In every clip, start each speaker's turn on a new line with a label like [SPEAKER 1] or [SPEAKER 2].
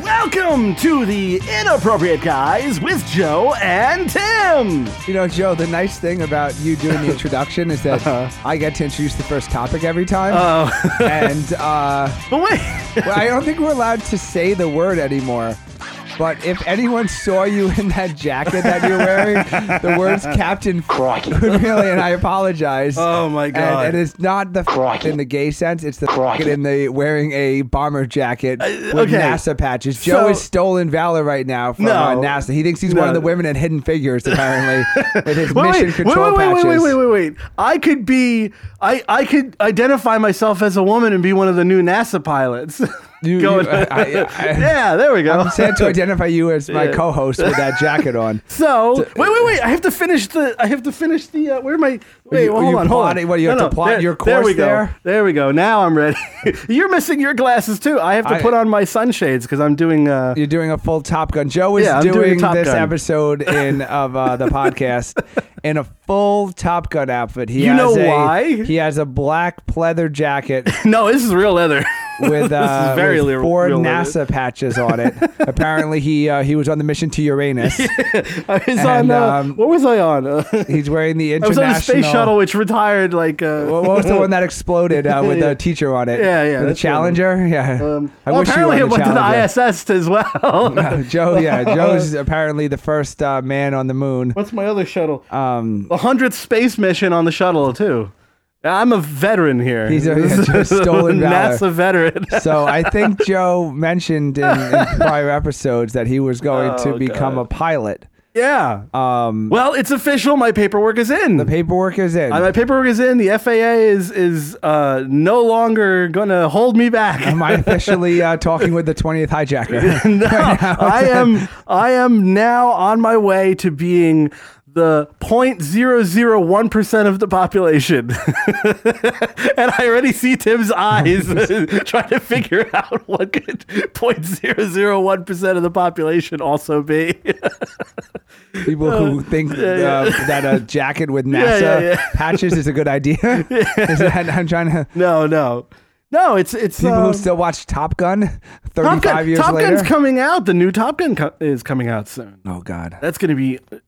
[SPEAKER 1] Welcome to the Inappropriate Guys with Joe and Tim.
[SPEAKER 2] You know, Joe, the nice thing about you doing the introduction is that I get to introduce the first topic every time.
[SPEAKER 1] Oh,
[SPEAKER 2] and uh,
[SPEAKER 1] but wait.
[SPEAKER 2] well, I don't think we're allowed to say the word anymore. But if anyone saw you in that jacket that you're wearing, the words Captain Crikey. really, and I apologize.
[SPEAKER 1] Oh my God.
[SPEAKER 2] And, and it's not the Crikey. in the gay sense, it's the Crikey. in the wearing a bomber jacket with
[SPEAKER 1] Uh, okay.
[SPEAKER 2] NASA patches. Joe
[SPEAKER 1] So-
[SPEAKER 2] is stolen valor right now from uh,
[SPEAKER 1] No.
[SPEAKER 2] NASA. He thinks he's
[SPEAKER 1] No.
[SPEAKER 2] one of the women in Hidden Figures, apparently, with his
[SPEAKER 1] Wait,
[SPEAKER 2] mission
[SPEAKER 1] wait, wait,
[SPEAKER 2] control
[SPEAKER 1] wait,
[SPEAKER 2] patches.
[SPEAKER 1] wait, wait, wait, wait, wait. I could be, I, I could identify myself as a woman and be one of the new NASA pilots.
[SPEAKER 2] You-
[SPEAKER 1] Going-
[SPEAKER 2] you- I- I-
[SPEAKER 1] yeah, there we go.
[SPEAKER 2] I'm sad to identify you as my
[SPEAKER 1] Yeah.
[SPEAKER 2] co-host with that jacket on.
[SPEAKER 1] So wait, wait, wait! I have to finish the. I have to finish the. Uh, where am I? Wait,
[SPEAKER 2] you-
[SPEAKER 1] hold
[SPEAKER 2] are you
[SPEAKER 1] on, hold
[SPEAKER 2] plotting-
[SPEAKER 1] on.
[SPEAKER 2] what, you have to plot
[SPEAKER 1] there,
[SPEAKER 2] your
[SPEAKER 1] There we
[SPEAKER 2] course
[SPEAKER 1] go.
[SPEAKER 2] there?
[SPEAKER 1] we go. Now I'm ready. You're missing your glasses too. I have to
[SPEAKER 2] I-
[SPEAKER 1] put on my sunshades because I'm doing. Uh,
[SPEAKER 2] You're doing a full Top Gun. Joe is
[SPEAKER 1] Yeah, I'm
[SPEAKER 2] doing,
[SPEAKER 1] doing Top
[SPEAKER 2] this
[SPEAKER 1] Gun.
[SPEAKER 2] episode in of uh, the podcast in a full Top Gun outfit. He
[SPEAKER 1] You
[SPEAKER 2] has
[SPEAKER 1] know
[SPEAKER 2] a,
[SPEAKER 1] why?
[SPEAKER 2] He has a black pleather jacket
[SPEAKER 1] no, this is real leather.
[SPEAKER 2] with, uh,
[SPEAKER 1] is very
[SPEAKER 2] with
[SPEAKER 1] real-
[SPEAKER 2] four
[SPEAKER 1] real leather.
[SPEAKER 2] NASA patches on it. Apparently, he uh, he was on the mission to Uranus.
[SPEAKER 1] I was
[SPEAKER 2] And,
[SPEAKER 1] on. Uh,
[SPEAKER 2] um,
[SPEAKER 1] what was I on? Uh,
[SPEAKER 2] He's wearing the
[SPEAKER 1] I was
[SPEAKER 2] international.
[SPEAKER 1] on the space shuttle, which retired like. Uh,
[SPEAKER 2] What what was the one that exploded uh, with
[SPEAKER 1] Yeah.
[SPEAKER 2] the teacher on it?
[SPEAKER 1] Yeah, yeah,
[SPEAKER 2] The
[SPEAKER 1] that's the one.
[SPEAKER 2] Challenger. Yeah.
[SPEAKER 1] um,
[SPEAKER 2] I
[SPEAKER 1] well,
[SPEAKER 2] wish you
[SPEAKER 1] apparently, it
[SPEAKER 2] were on the
[SPEAKER 1] went
[SPEAKER 2] Challenger.
[SPEAKER 1] to the ISS as well.
[SPEAKER 2] Joe, yeah, Joe's apparently the first uh, man on the moon.
[SPEAKER 1] What's my other shuttle?
[SPEAKER 2] Um,
[SPEAKER 1] The hundredth space mission on the shuttle too. I'm a veteran here.
[SPEAKER 2] He's a-
[SPEAKER 1] This
[SPEAKER 2] yeah,
[SPEAKER 1] is
[SPEAKER 2] stolen valor.
[SPEAKER 1] NASA veteran.
[SPEAKER 2] so I think Joe mentioned in, in prior episodes that he was going to
[SPEAKER 1] Oh,
[SPEAKER 2] become
[SPEAKER 1] God.
[SPEAKER 2] a pilot.
[SPEAKER 1] yeah.
[SPEAKER 2] Um,
[SPEAKER 1] well, it's official. My paperwork is in.
[SPEAKER 2] the paperwork is in.
[SPEAKER 1] Uh, my paperwork is in. The FAA is is uh, no longer gonna hold me back.
[SPEAKER 2] Am I officially uh, talking with the twentieth hijacker?
[SPEAKER 1] no, I am I am now on my way to being the 0.001% of the population. and I already see Tim's eyes trying to figure out what could 0.001% of the population also be.
[SPEAKER 2] People who think uh, that a jacket with NASA
[SPEAKER 1] yeah, yeah.
[SPEAKER 2] patches is a good idea. is that, I'm trying to.
[SPEAKER 1] no, no. No, it's it's
[SPEAKER 2] People
[SPEAKER 1] um,
[SPEAKER 2] who still watch Top Gun,
[SPEAKER 1] Top,
[SPEAKER 2] thirty-five
[SPEAKER 1] Gun,
[SPEAKER 2] years
[SPEAKER 1] Top
[SPEAKER 2] later.
[SPEAKER 1] Gun's coming out. The new Top Gun co- is coming out soon.
[SPEAKER 2] oh God.
[SPEAKER 1] That's going to be
[SPEAKER 2] I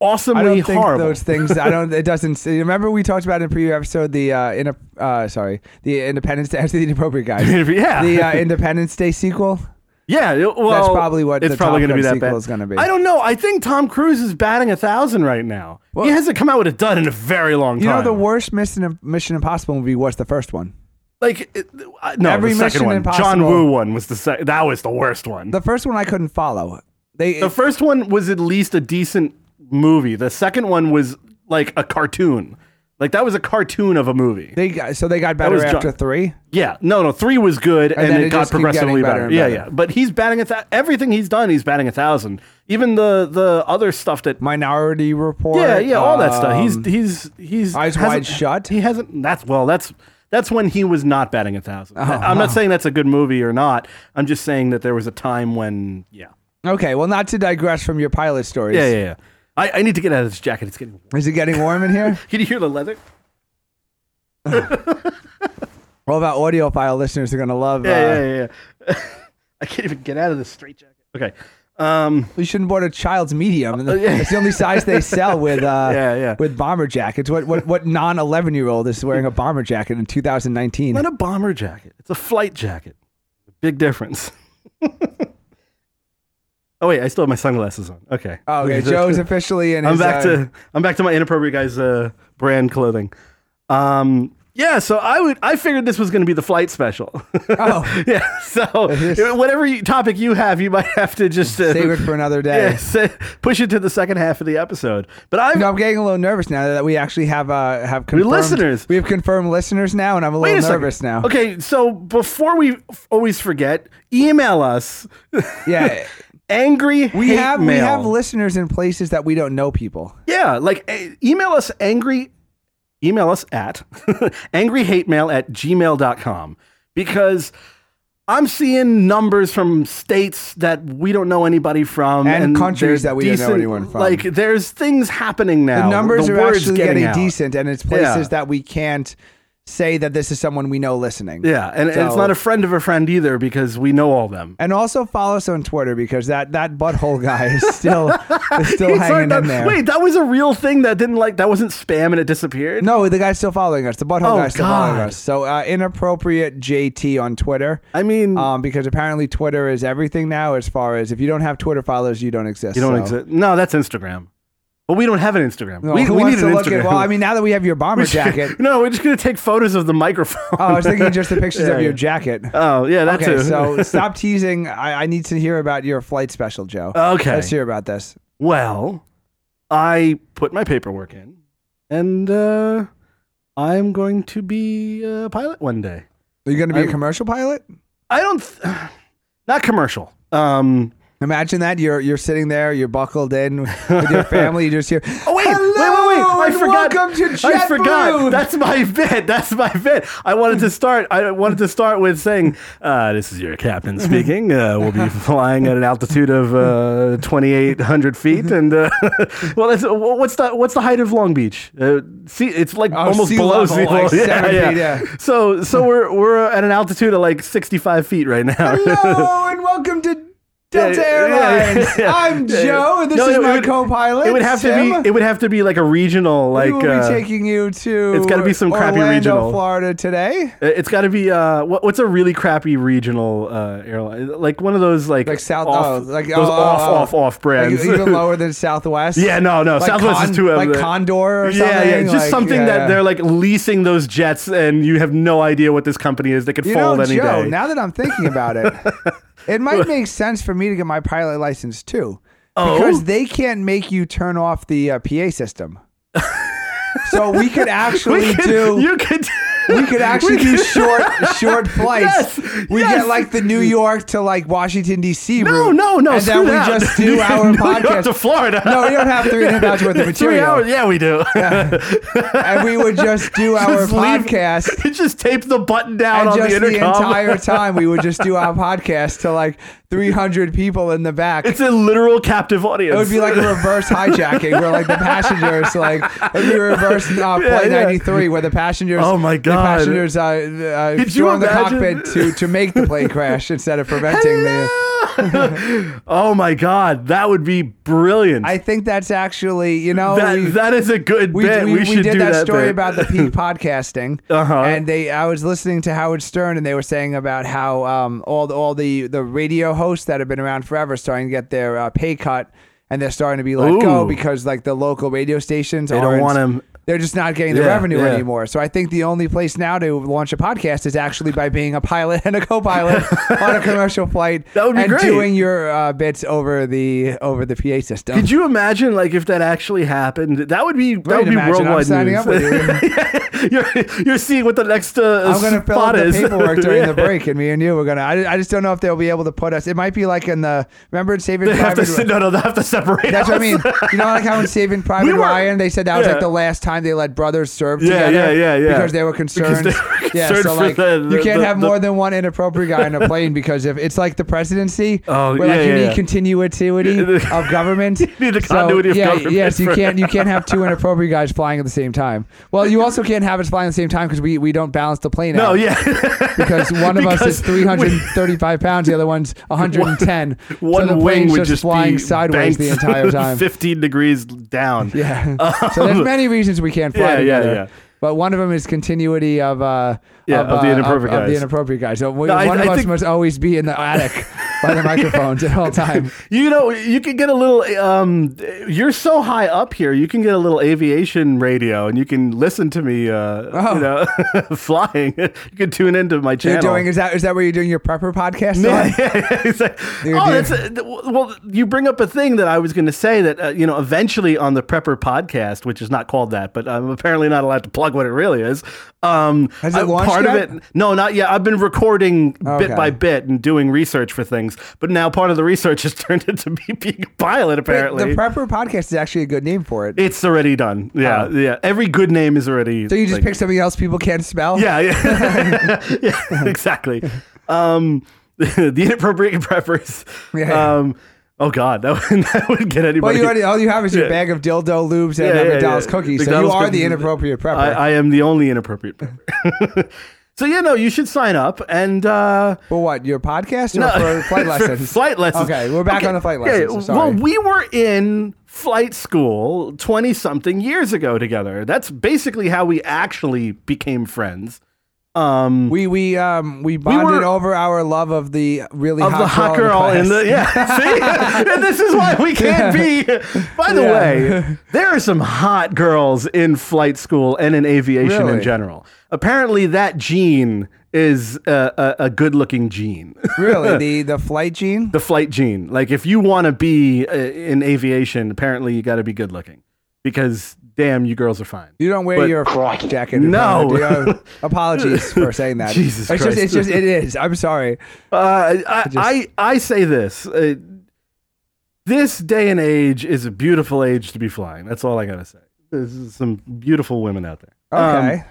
[SPEAKER 1] awesomely
[SPEAKER 2] don't think
[SPEAKER 1] horrible.
[SPEAKER 2] those things. I don't. It doesn't. see- Remember we talked about in a previous episode the uh, in a, uh sorry the Independence Day. I said the inappropriate guys.
[SPEAKER 1] yeah.
[SPEAKER 2] the uh, Independence Day sequel.
[SPEAKER 1] Yeah, it- well,
[SPEAKER 2] probably what
[SPEAKER 1] it's
[SPEAKER 2] the
[SPEAKER 1] probably going
[SPEAKER 2] Top
[SPEAKER 1] to be
[SPEAKER 2] Gun
[SPEAKER 1] that bad.
[SPEAKER 2] sequel is gonna be.
[SPEAKER 1] I don't know. I think Tom Cruise is batting a thousand right now. he hasn't come out with a dud in a very long
[SPEAKER 2] You
[SPEAKER 1] time.
[SPEAKER 2] know the worst Mission Mission Impossible movie was the first one.
[SPEAKER 1] like it- uh, no,
[SPEAKER 2] Every
[SPEAKER 1] the second
[SPEAKER 2] Mission
[SPEAKER 1] one, John
[SPEAKER 2] Impossible-
[SPEAKER 1] Woo one was the sec- that was the worst one. The,
[SPEAKER 2] The first one I couldn't follow. They
[SPEAKER 1] first one was at least a decent movie. The second one was like a cartoon. Like that was a cartoon of a movie.
[SPEAKER 2] they got, so they got better
[SPEAKER 1] was John-
[SPEAKER 2] after three.
[SPEAKER 1] Yeah, no, no, three was good, and,
[SPEAKER 2] then
[SPEAKER 1] it,
[SPEAKER 2] it
[SPEAKER 1] got
[SPEAKER 2] just keep
[SPEAKER 1] progressively
[SPEAKER 2] getting better
[SPEAKER 1] better.
[SPEAKER 2] and
[SPEAKER 1] Yeah,
[SPEAKER 2] better.
[SPEAKER 1] yeah, but he's batting a thousand. Everything he's done, he's batting a thousand. Even the the other stuff that
[SPEAKER 2] Minority Report.
[SPEAKER 1] Yeah, yeah, all that stuff. He's
[SPEAKER 2] um,
[SPEAKER 1] he's he's
[SPEAKER 2] Eyes
[SPEAKER 1] hasn't-
[SPEAKER 2] Wide Shut?
[SPEAKER 1] He hasn't. That's well. That's that's when he was not batting a thousand.
[SPEAKER 2] Uh-huh.
[SPEAKER 1] I'm not saying that's a good movie or not. I'm just saying that there was a time when yeah,
[SPEAKER 2] okay. Well, not to digress from your pilot stories.
[SPEAKER 1] yeah, yeah. yeah. I, I need to get out of this jacket. It's getting.
[SPEAKER 2] Is it getting warm in here?
[SPEAKER 1] Can you hear the leather?
[SPEAKER 2] Uh, all of our audiophile listeners are gonna love. uh,
[SPEAKER 1] Yeah, yeah, yeah. yeah. I can't even get out of this straight jacket. Okay. Um.
[SPEAKER 2] We shouldn't board a child's medium.
[SPEAKER 1] yeah.
[SPEAKER 2] It's the only size they sell with uh,
[SPEAKER 1] Yeah, yeah.
[SPEAKER 2] with bomber jackets. What what what non eleven year old is wearing a bomber jacket in 2019?
[SPEAKER 1] Not a bomber jacket. It's a flight jacket. Big difference. oh wait, I still have my sunglasses on. Okay.
[SPEAKER 2] Oh, okay, Joe's officially in.
[SPEAKER 1] I'm
[SPEAKER 2] his,
[SPEAKER 1] back
[SPEAKER 2] uh,
[SPEAKER 1] to I'm back to my inappropriate guys uh, brand clothing. Um, yeah, so I would I figured this was going to be the flight special.
[SPEAKER 2] Oh.
[SPEAKER 1] yeah. So whatever you- topic you have, you might have to just uh,
[SPEAKER 2] save it for another day.
[SPEAKER 1] yeah, sa- push it to the second half of the episode. But I've
[SPEAKER 2] No, I'm getting a little nervous now that we actually have uh have confirmed
[SPEAKER 1] listeners.
[SPEAKER 2] We have confirmed listeners now, and I'm a
[SPEAKER 1] Wait
[SPEAKER 2] little
[SPEAKER 1] a second.
[SPEAKER 2] nervous now.
[SPEAKER 1] Okay, so before we f- always forget, email us
[SPEAKER 2] Yeah,
[SPEAKER 1] angry
[SPEAKER 2] we
[SPEAKER 1] hate
[SPEAKER 2] have we
[SPEAKER 1] mail.
[SPEAKER 2] have listeners in places that we don't know people.
[SPEAKER 1] Yeah, like e- email us angry email us at angryhatemail at gmail.com because I'm seeing numbers from states that we don't know anybody from
[SPEAKER 2] And countries
[SPEAKER 1] they're
[SPEAKER 2] that we don't know anyone from.
[SPEAKER 1] Like there's things happening now.
[SPEAKER 2] The numbers are
[SPEAKER 1] word's
[SPEAKER 2] actually getting,
[SPEAKER 1] out.
[SPEAKER 2] decent, and it's places
[SPEAKER 1] Yeah.
[SPEAKER 2] that we can't say that this is someone we know listening.
[SPEAKER 1] Yeah, and, and it's
[SPEAKER 2] So-
[SPEAKER 1] not a friend of a friend either because we know all them.
[SPEAKER 2] And also follow us on Twitter because that that butthole guy is still is still
[SPEAKER 1] He's
[SPEAKER 2] hanging
[SPEAKER 1] like,
[SPEAKER 2] in there.
[SPEAKER 1] Wait, that was a real thing that didn't like that wasn't spam and it disappeared.
[SPEAKER 2] No, the guy's still following us. The butthole
[SPEAKER 1] Oh,
[SPEAKER 2] guy's still following
[SPEAKER 1] God.
[SPEAKER 2] us. So uh, inappropriate JT on Twitter.
[SPEAKER 1] I mean,
[SPEAKER 2] um, because apparently Twitter is everything now. As far as if you don't have Twitter followers, you don't exist.
[SPEAKER 1] you don't
[SPEAKER 2] so.
[SPEAKER 1] exist. No, that's Instagram. But we don't have an Instagram.
[SPEAKER 2] No,
[SPEAKER 1] we
[SPEAKER 2] who
[SPEAKER 1] we
[SPEAKER 2] wants
[SPEAKER 1] need
[SPEAKER 2] to
[SPEAKER 1] an
[SPEAKER 2] look
[SPEAKER 1] Instagram.
[SPEAKER 2] At, well, I mean, now that we have your bomber jacket.
[SPEAKER 1] no, we're just gonna take photos of the microphone.
[SPEAKER 2] Oh, I was thinking just the pictures
[SPEAKER 1] Yeah,
[SPEAKER 2] of your
[SPEAKER 1] yeah.
[SPEAKER 2] jacket.
[SPEAKER 1] Oh yeah, that's
[SPEAKER 2] Okay, so stop teasing. I, I need to hear about your flight special, Joe.
[SPEAKER 1] Okay.
[SPEAKER 2] Let's hear about this.
[SPEAKER 1] Well, I put my paperwork in, and uh, I'm going to be a pilot one day.
[SPEAKER 2] Are you going to be a
[SPEAKER 1] I-
[SPEAKER 2] commercial pilot?
[SPEAKER 1] I don't, th- not commercial. Um,
[SPEAKER 2] Imagine that you're you're sitting there, you're buckled in with your family. You just hear,
[SPEAKER 1] Oh wait,
[SPEAKER 2] Hello,
[SPEAKER 1] wait, wait, wait! I
[SPEAKER 2] and
[SPEAKER 1] forgot.
[SPEAKER 2] Welcome to JetBlue.
[SPEAKER 1] I forgot. That's my bit. That's my bit. I wanted to start. I wanted to start with saying, uh, "This is your captain speaking. Uh, we'll be flying at an altitude of uh, 2,800 feet." And uh, well, that's, what's the what's the height of Long Beach? Uh, see, it's like
[SPEAKER 2] Oh,
[SPEAKER 1] almost
[SPEAKER 2] sea
[SPEAKER 1] below
[SPEAKER 2] level,
[SPEAKER 1] sea level.
[SPEAKER 2] like seven feet, yeah.
[SPEAKER 1] So, so we're we're at an altitude of like 65 feet right now.
[SPEAKER 2] Hello and welcome to Delta
[SPEAKER 1] Yeah, yeah, yeah,
[SPEAKER 2] Airlines.
[SPEAKER 1] yeah.
[SPEAKER 2] I'm Joe, and this
[SPEAKER 1] No,
[SPEAKER 2] is
[SPEAKER 1] it
[SPEAKER 2] my
[SPEAKER 1] would-
[SPEAKER 2] co-pilot.
[SPEAKER 1] It would have to
[SPEAKER 2] Tim.
[SPEAKER 1] be. It would have to be like a regional, like.
[SPEAKER 2] we will
[SPEAKER 1] uh,
[SPEAKER 2] be taking you to.
[SPEAKER 1] it's gotta be some crappy
[SPEAKER 2] Orlando,
[SPEAKER 1] regional.
[SPEAKER 2] Florida today,
[SPEAKER 1] It- It's got to be uh, what, what's a really crappy regional uh, airline? Like one of those like
[SPEAKER 2] like South,
[SPEAKER 1] off,
[SPEAKER 2] oh, like
[SPEAKER 1] those
[SPEAKER 2] oh, oh,
[SPEAKER 1] off,
[SPEAKER 2] oh.
[SPEAKER 1] off, off brands.
[SPEAKER 2] like, even lower than Southwest.
[SPEAKER 1] yeah, no, no,
[SPEAKER 2] like
[SPEAKER 1] Southwest
[SPEAKER 2] Con-
[SPEAKER 1] is too.
[SPEAKER 2] like
[SPEAKER 1] uh,
[SPEAKER 2] Condor or something.
[SPEAKER 1] yeah, yeah, just
[SPEAKER 2] like,
[SPEAKER 1] something
[SPEAKER 2] yeah,
[SPEAKER 1] that
[SPEAKER 2] yeah.
[SPEAKER 1] they're like leasing those jets, and you have no idea what this company is. They could
[SPEAKER 2] You
[SPEAKER 1] fold
[SPEAKER 2] know,
[SPEAKER 1] any
[SPEAKER 2] Joe.
[SPEAKER 1] day.
[SPEAKER 2] Now that I'm thinking about it, it might make sense for me to get my pilot license too,
[SPEAKER 1] Oh?
[SPEAKER 2] because they can't make you turn off the uh, PA system. so we could actually
[SPEAKER 1] we could,
[SPEAKER 2] do.
[SPEAKER 1] you could.
[SPEAKER 2] we could actually do short short flights.
[SPEAKER 1] Yes,
[SPEAKER 2] we
[SPEAKER 1] yes.
[SPEAKER 2] get like the New York to like Washington D.C.
[SPEAKER 1] no,
[SPEAKER 2] route,
[SPEAKER 1] no, no.
[SPEAKER 2] and
[SPEAKER 1] screw
[SPEAKER 2] then we
[SPEAKER 1] that.
[SPEAKER 2] just do
[SPEAKER 1] You
[SPEAKER 2] our
[SPEAKER 1] can- New York
[SPEAKER 2] podcast.
[SPEAKER 1] to Florida.
[SPEAKER 2] no, we don't have three and a half hours worth of
[SPEAKER 1] Three hours?
[SPEAKER 2] material,
[SPEAKER 1] Yeah, we do.
[SPEAKER 2] and we would just do our
[SPEAKER 1] Just leave-
[SPEAKER 2] podcast.
[SPEAKER 1] just tape the button down
[SPEAKER 2] And
[SPEAKER 1] on
[SPEAKER 2] just
[SPEAKER 1] the
[SPEAKER 2] the,
[SPEAKER 1] intercom.
[SPEAKER 2] entire time, we would just do our podcast to like 300 people in the back.
[SPEAKER 1] It's a literal captive audience.
[SPEAKER 2] It would be like a reverse hijacking where like the passengers like it'd be reverse uh,
[SPEAKER 1] Yeah,
[SPEAKER 2] flight
[SPEAKER 1] yeah.
[SPEAKER 2] 93 where the passengers
[SPEAKER 1] Oh my
[SPEAKER 2] the
[SPEAKER 1] God.
[SPEAKER 2] passengers uh, uh
[SPEAKER 1] Could you
[SPEAKER 2] storm the
[SPEAKER 1] imagine?
[SPEAKER 2] cockpit to to make the plane crash instead of preventing the
[SPEAKER 1] oh my god, that would be brilliant.
[SPEAKER 2] I think that's actually you know
[SPEAKER 1] that,
[SPEAKER 2] we,
[SPEAKER 1] that is a good
[SPEAKER 2] we,
[SPEAKER 1] bit.
[SPEAKER 2] we,
[SPEAKER 1] We,
[SPEAKER 2] we
[SPEAKER 1] should
[SPEAKER 2] did
[SPEAKER 1] do
[SPEAKER 2] that, story
[SPEAKER 1] bit.
[SPEAKER 2] about the peak podcasting,
[SPEAKER 1] Uh-huh.
[SPEAKER 2] and they. I was listening to Howard Stern, and they were saying about how um, all the, all the the radio hosts that have been around forever starting to get their uh, pay cut, and they're starting to be let go
[SPEAKER 1] Ooh.
[SPEAKER 2] because like the local radio stations
[SPEAKER 1] They don't
[SPEAKER 2] aren't-
[SPEAKER 1] want 'em-
[SPEAKER 2] They're just not getting the
[SPEAKER 1] Yeah,
[SPEAKER 2] revenue
[SPEAKER 1] yeah.
[SPEAKER 2] anymore. So I think the only place now to launch a podcast is actually by being a pilot and a co-pilot on a commercial flight.
[SPEAKER 1] That would be
[SPEAKER 2] and
[SPEAKER 1] great.
[SPEAKER 2] doing your uh, bits over the over the PA system.
[SPEAKER 1] Could you imagine, like, if that actually happened? That would be that
[SPEAKER 2] Right,
[SPEAKER 1] would be
[SPEAKER 2] imagine, I'm
[SPEAKER 1] worldwide
[SPEAKER 2] signing
[SPEAKER 1] news.
[SPEAKER 2] up with
[SPEAKER 1] you're, you're seeing what the next uh,
[SPEAKER 2] I'm gonna fill
[SPEAKER 1] spot
[SPEAKER 2] out the
[SPEAKER 1] is.
[SPEAKER 2] paperwork during
[SPEAKER 1] Yeah.
[SPEAKER 2] the break, and me and you we're gonna. I, I just don't know if they'll be able to put us. It might be like in the remember in Saving
[SPEAKER 1] They have
[SPEAKER 2] Private.
[SPEAKER 1] to se- no, no, they have to separate.
[SPEAKER 2] that's what I
[SPEAKER 1] us.
[SPEAKER 2] mean. You know, like how in Saving Private
[SPEAKER 1] We were-
[SPEAKER 2] Ryan, they said that was
[SPEAKER 1] yeah.
[SPEAKER 2] like the last time they let brothers serve
[SPEAKER 1] Yeah,
[SPEAKER 2] together.
[SPEAKER 1] yeah, yeah, yeah.
[SPEAKER 2] Because they were
[SPEAKER 1] Because they were
[SPEAKER 2] concerned. yeah,
[SPEAKER 1] concerned
[SPEAKER 2] so
[SPEAKER 1] for
[SPEAKER 2] like
[SPEAKER 1] the-
[SPEAKER 2] you
[SPEAKER 1] the-
[SPEAKER 2] can't
[SPEAKER 1] the-
[SPEAKER 2] have
[SPEAKER 1] the-
[SPEAKER 2] more than one inappropriate guy on a plane because if it's like the presidency,
[SPEAKER 1] Oh,
[SPEAKER 2] where like
[SPEAKER 1] yeah,
[SPEAKER 2] you
[SPEAKER 1] yeah,
[SPEAKER 2] need
[SPEAKER 1] yeah.
[SPEAKER 2] continuity of government. you
[SPEAKER 1] need the continuity of
[SPEAKER 2] yeah,
[SPEAKER 1] government
[SPEAKER 2] Yes, you
[SPEAKER 1] for-
[SPEAKER 2] can't. You can't have two inappropriate guys flying at the same time. Well, you also can't have us flying at the same time because we we don't balance the plane.
[SPEAKER 1] No,
[SPEAKER 2] out
[SPEAKER 1] yeah.
[SPEAKER 2] because one of us
[SPEAKER 1] Because
[SPEAKER 2] is
[SPEAKER 1] we-
[SPEAKER 2] 335 pounds, the other one's 110.
[SPEAKER 1] One
[SPEAKER 2] so the
[SPEAKER 1] wing
[SPEAKER 2] plane's
[SPEAKER 1] would
[SPEAKER 2] just,
[SPEAKER 1] just
[SPEAKER 2] flying
[SPEAKER 1] be
[SPEAKER 2] sideways
[SPEAKER 1] banked
[SPEAKER 2] the entire time.
[SPEAKER 1] 15 degrees down.
[SPEAKER 2] yeah. so there's many reasons we can't fly
[SPEAKER 1] Yeah, yeah,
[SPEAKER 2] together.
[SPEAKER 1] yeah.
[SPEAKER 2] But one of them is continuity of uh,
[SPEAKER 1] Yeah, of the
[SPEAKER 2] uh,
[SPEAKER 1] inappropriate
[SPEAKER 2] of, the
[SPEAKER 1] guys.
[SPEAKER 2] inappropriate guys. So we,
[SPEAKER 1] No, I-
[SPEAKER 2] one of
[SPEAKER 1] I
[SPEAKER 2] us
[SPEAKER 1] think-
[SPEAKER 2] must always be in the attic by the microphones at all time.
[SPEAKER 1] You know, you can get a little. Um, you're so high up here, you can get a little aviation radio, and you can listen to me. Uh,
[SPEAKER 2] Oh.
[SPEAKER 1] You know, flying. You can tune into my
[SPEAKER 2] You're
[SPEAKER 1] channel.
[SPEAKER 2] doing is that is that where you're doing your prepper podcast?
[SPEAKER 1] Yeah,
[SPEAKER 2] on?
[SPEAKER 1] yeah, yeah. It's like,
[SPEAKER 2] Dude,
[SPEAKER 1] oh,
[SPEAKER 2] yeah.
[SPEAKER 1] that's a, th- well. You bring up a thing that I was going to say that uh, you know eventually on the Prepper podcast, which is not called that, but I'm apparently not allowed to plug what it really is. Um,
[SPEAKER 2] Has it
[SPEAKER 1] I-
[SPEAKER 2] launched
[SPEAKER 1] part
[SPEAKER 2] yet?
[SPEAKER 1] of it? No, not yet. I've been recording
[SPEAKER 2] Okay.
[SPEAKER 1] bit by bit and doing research for things, but now part of the research has turned into me being a pilot. Apparently,
[SPEAKER 2] The prepper podcast is actually a good name for it.
[SPEAKER 1] it's already done. Yeah,
[SPEAKER 2] Oh.
[SPEAKER 1] yeah. Every good name is already.
[SPEAKER 2] so you just
[SPEAKER 1] like,
[SPEAKER 2] pick something else people can't spell.
[SPEAKER 1] yeah, yeah, yeah exactly. Um, the inappropriate preppers.
[SPEAKER 2] Yeah.
[SPEAKER 1] Um, Oh God, that would, that would get
[SPEAKER 2] Well,
[SPEAKER 1] anybody.
[SPEAKER 2] you already all you have is your
[SPEAKER 1] Yeah.
[SPEAKER 2] bag of dildo lubes and
[SPEAKER 1] Yeah,
[SPEAKER 2] a
[SPEAKER 1] yeah,
[SPEAKER 2] McDonald's
[SPEAKER 1] yeah.
[SPEAKER 2] cookie, so you
[SPEAKER 1] McDonald's
[SPEAKER 2] are the
[SPEAKER 1] cookies.
[SPEAKER 2] inappropriate prepper.
[SPEAKER 1] I, I am the only inappropriate. prepper. so yeah, no, you should sign up and uh,
[SPEAKER 2] for what? Your podcast or
[SPEAKER 1] No.
[SPEAKER 2] for flight
[SPEAKER 1] For
[SPEAKER 2] lessons?
[SPEAKER 1] flight lessons.
[SPEAKER 2] Okay, we're back on the flight
[SPEAKER 1] Yeah,
[SPEAKER 2] lessons. so sorry.
[SPEAKER 1] Well, we were in flight school 20 something years ago together. That's basically how we actually became friends. Um,
[SPEAKER 2] we we um we bonded
[SPEAKER 1] were-
[SPEAKER 2] over our love of the really
[SPEAKER 1] of
[SPEAKER 2] hot
[SPEAKER 1] the hot
[SPEAKER 2] girl
[SPEAKER 1] girl in the, yeah. See, and this is why we can't be. By the
[SPEAKER 2] Yeah.
[SPEAKER 1] way, there are some hot girls in flight school and in aviation
[SPEAKER 2] Really?
[SPEAKER 1] in general. Apparently, that gene is a, a, a good-looking gene.
[SPEAKER 2] really the the flight gene.
[SPEAKER 1] the flight gene. Like if you want to be uh, in aviation, apparently you got to be good looking because damn, you girls are fine.
[SPEAKER 2] You don't wear
[SPEAKER 1] But-
[SPEAKER 2] your f- jacket.
[SPEAKER 1] No.
[SPEAKER 2] do you? apologies for saying that.
[SPEAKER 1] Jesus
[SPEAKER 2] it's just,
[SPEAKER 1] Christ.
[SPEAKER 2] it's just, it is. I'm sorry.
[SPEAKER 1] Uh, I, I, I I say this. Uh, this day and age is a beautiful age to be flying. That's all I gotta say. There's some beautiful women out there. Um,
[SPEAKER 2] Okay.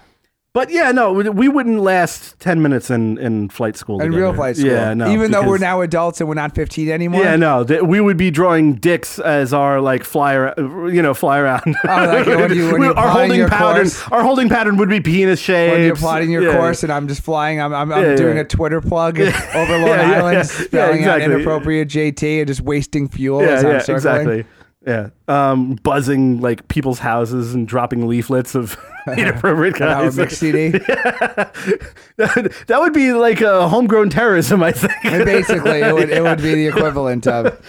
[SPEAKER 1] but yeah, no, we- we wouldn't last ten minutes in, in flight school.
[SPEAKER 2] in
[SPEAKER 1] together.
[SPEAKER 2] real flight school.
[SPEAKER 1] Yeah, no.
[SPEAKER 2] Even though we're
[SPEAKER 1] because-
[SPEAKER 2] now adults and we're not 15 anymore.
[SPEAKER 1] Yeah, no, th- we would be drawing dicks as our like fly, ar- you know, fly around.
[SPEAKER 2] Oh, like when you- when
[SPEAKER 1] We-
[SPEAKER 2] you're
[SPEAKER 1] our
[SPEAKER 2] plotting
[SPEAKER 1] holding
[SPEAKER 2] your
[SPEAKER 1] pattern,
[SPEAKER 2] course.
[SPEAKER 1] our holding pattern would be penis shapes.
[SPEAKER 2] When you're plotting your
[SPEAKER 1] Yeah.
[SPEAKER 2] course and I'm just flying, I'm, I'm, I'm
[SPEAKER 1] Yeah,
[SPEAKER 2] doing
[SPEAKER 1] yeah.
[SPEAKER 2] a Twitter plug over Long
[SPEAKER 1] Yeah, yeah,
[SPEAKER 2] Island,
[SPEAKER 1] yeah.
[SPEAKER 2] spelling
[SPEAKER 1] Yeah,
[SPEAKER 2] out
[SPEAKER 1] exactly.
[SPEAKER 2] inappropriate JT and just wasting fuel
[SPEAKER 1] yeah,
[SPEAKER 2] as I'm
[SPEAKER 1] yeah,
[SPEAKER 2] circling.
[SPEAKER 1] exactly. Yeah, um, buzzing like people's houses and dropping leaflets of inappropriate
[SPEAKER 2] An hour
[SPEAKER 1] guys.
[SPEAKER 2] mix CD.
[SPEAKER 1] that would be like a homegrown terrorism, I think.
[SPEAKER 2] And basically, it would, it would be the equivalent of.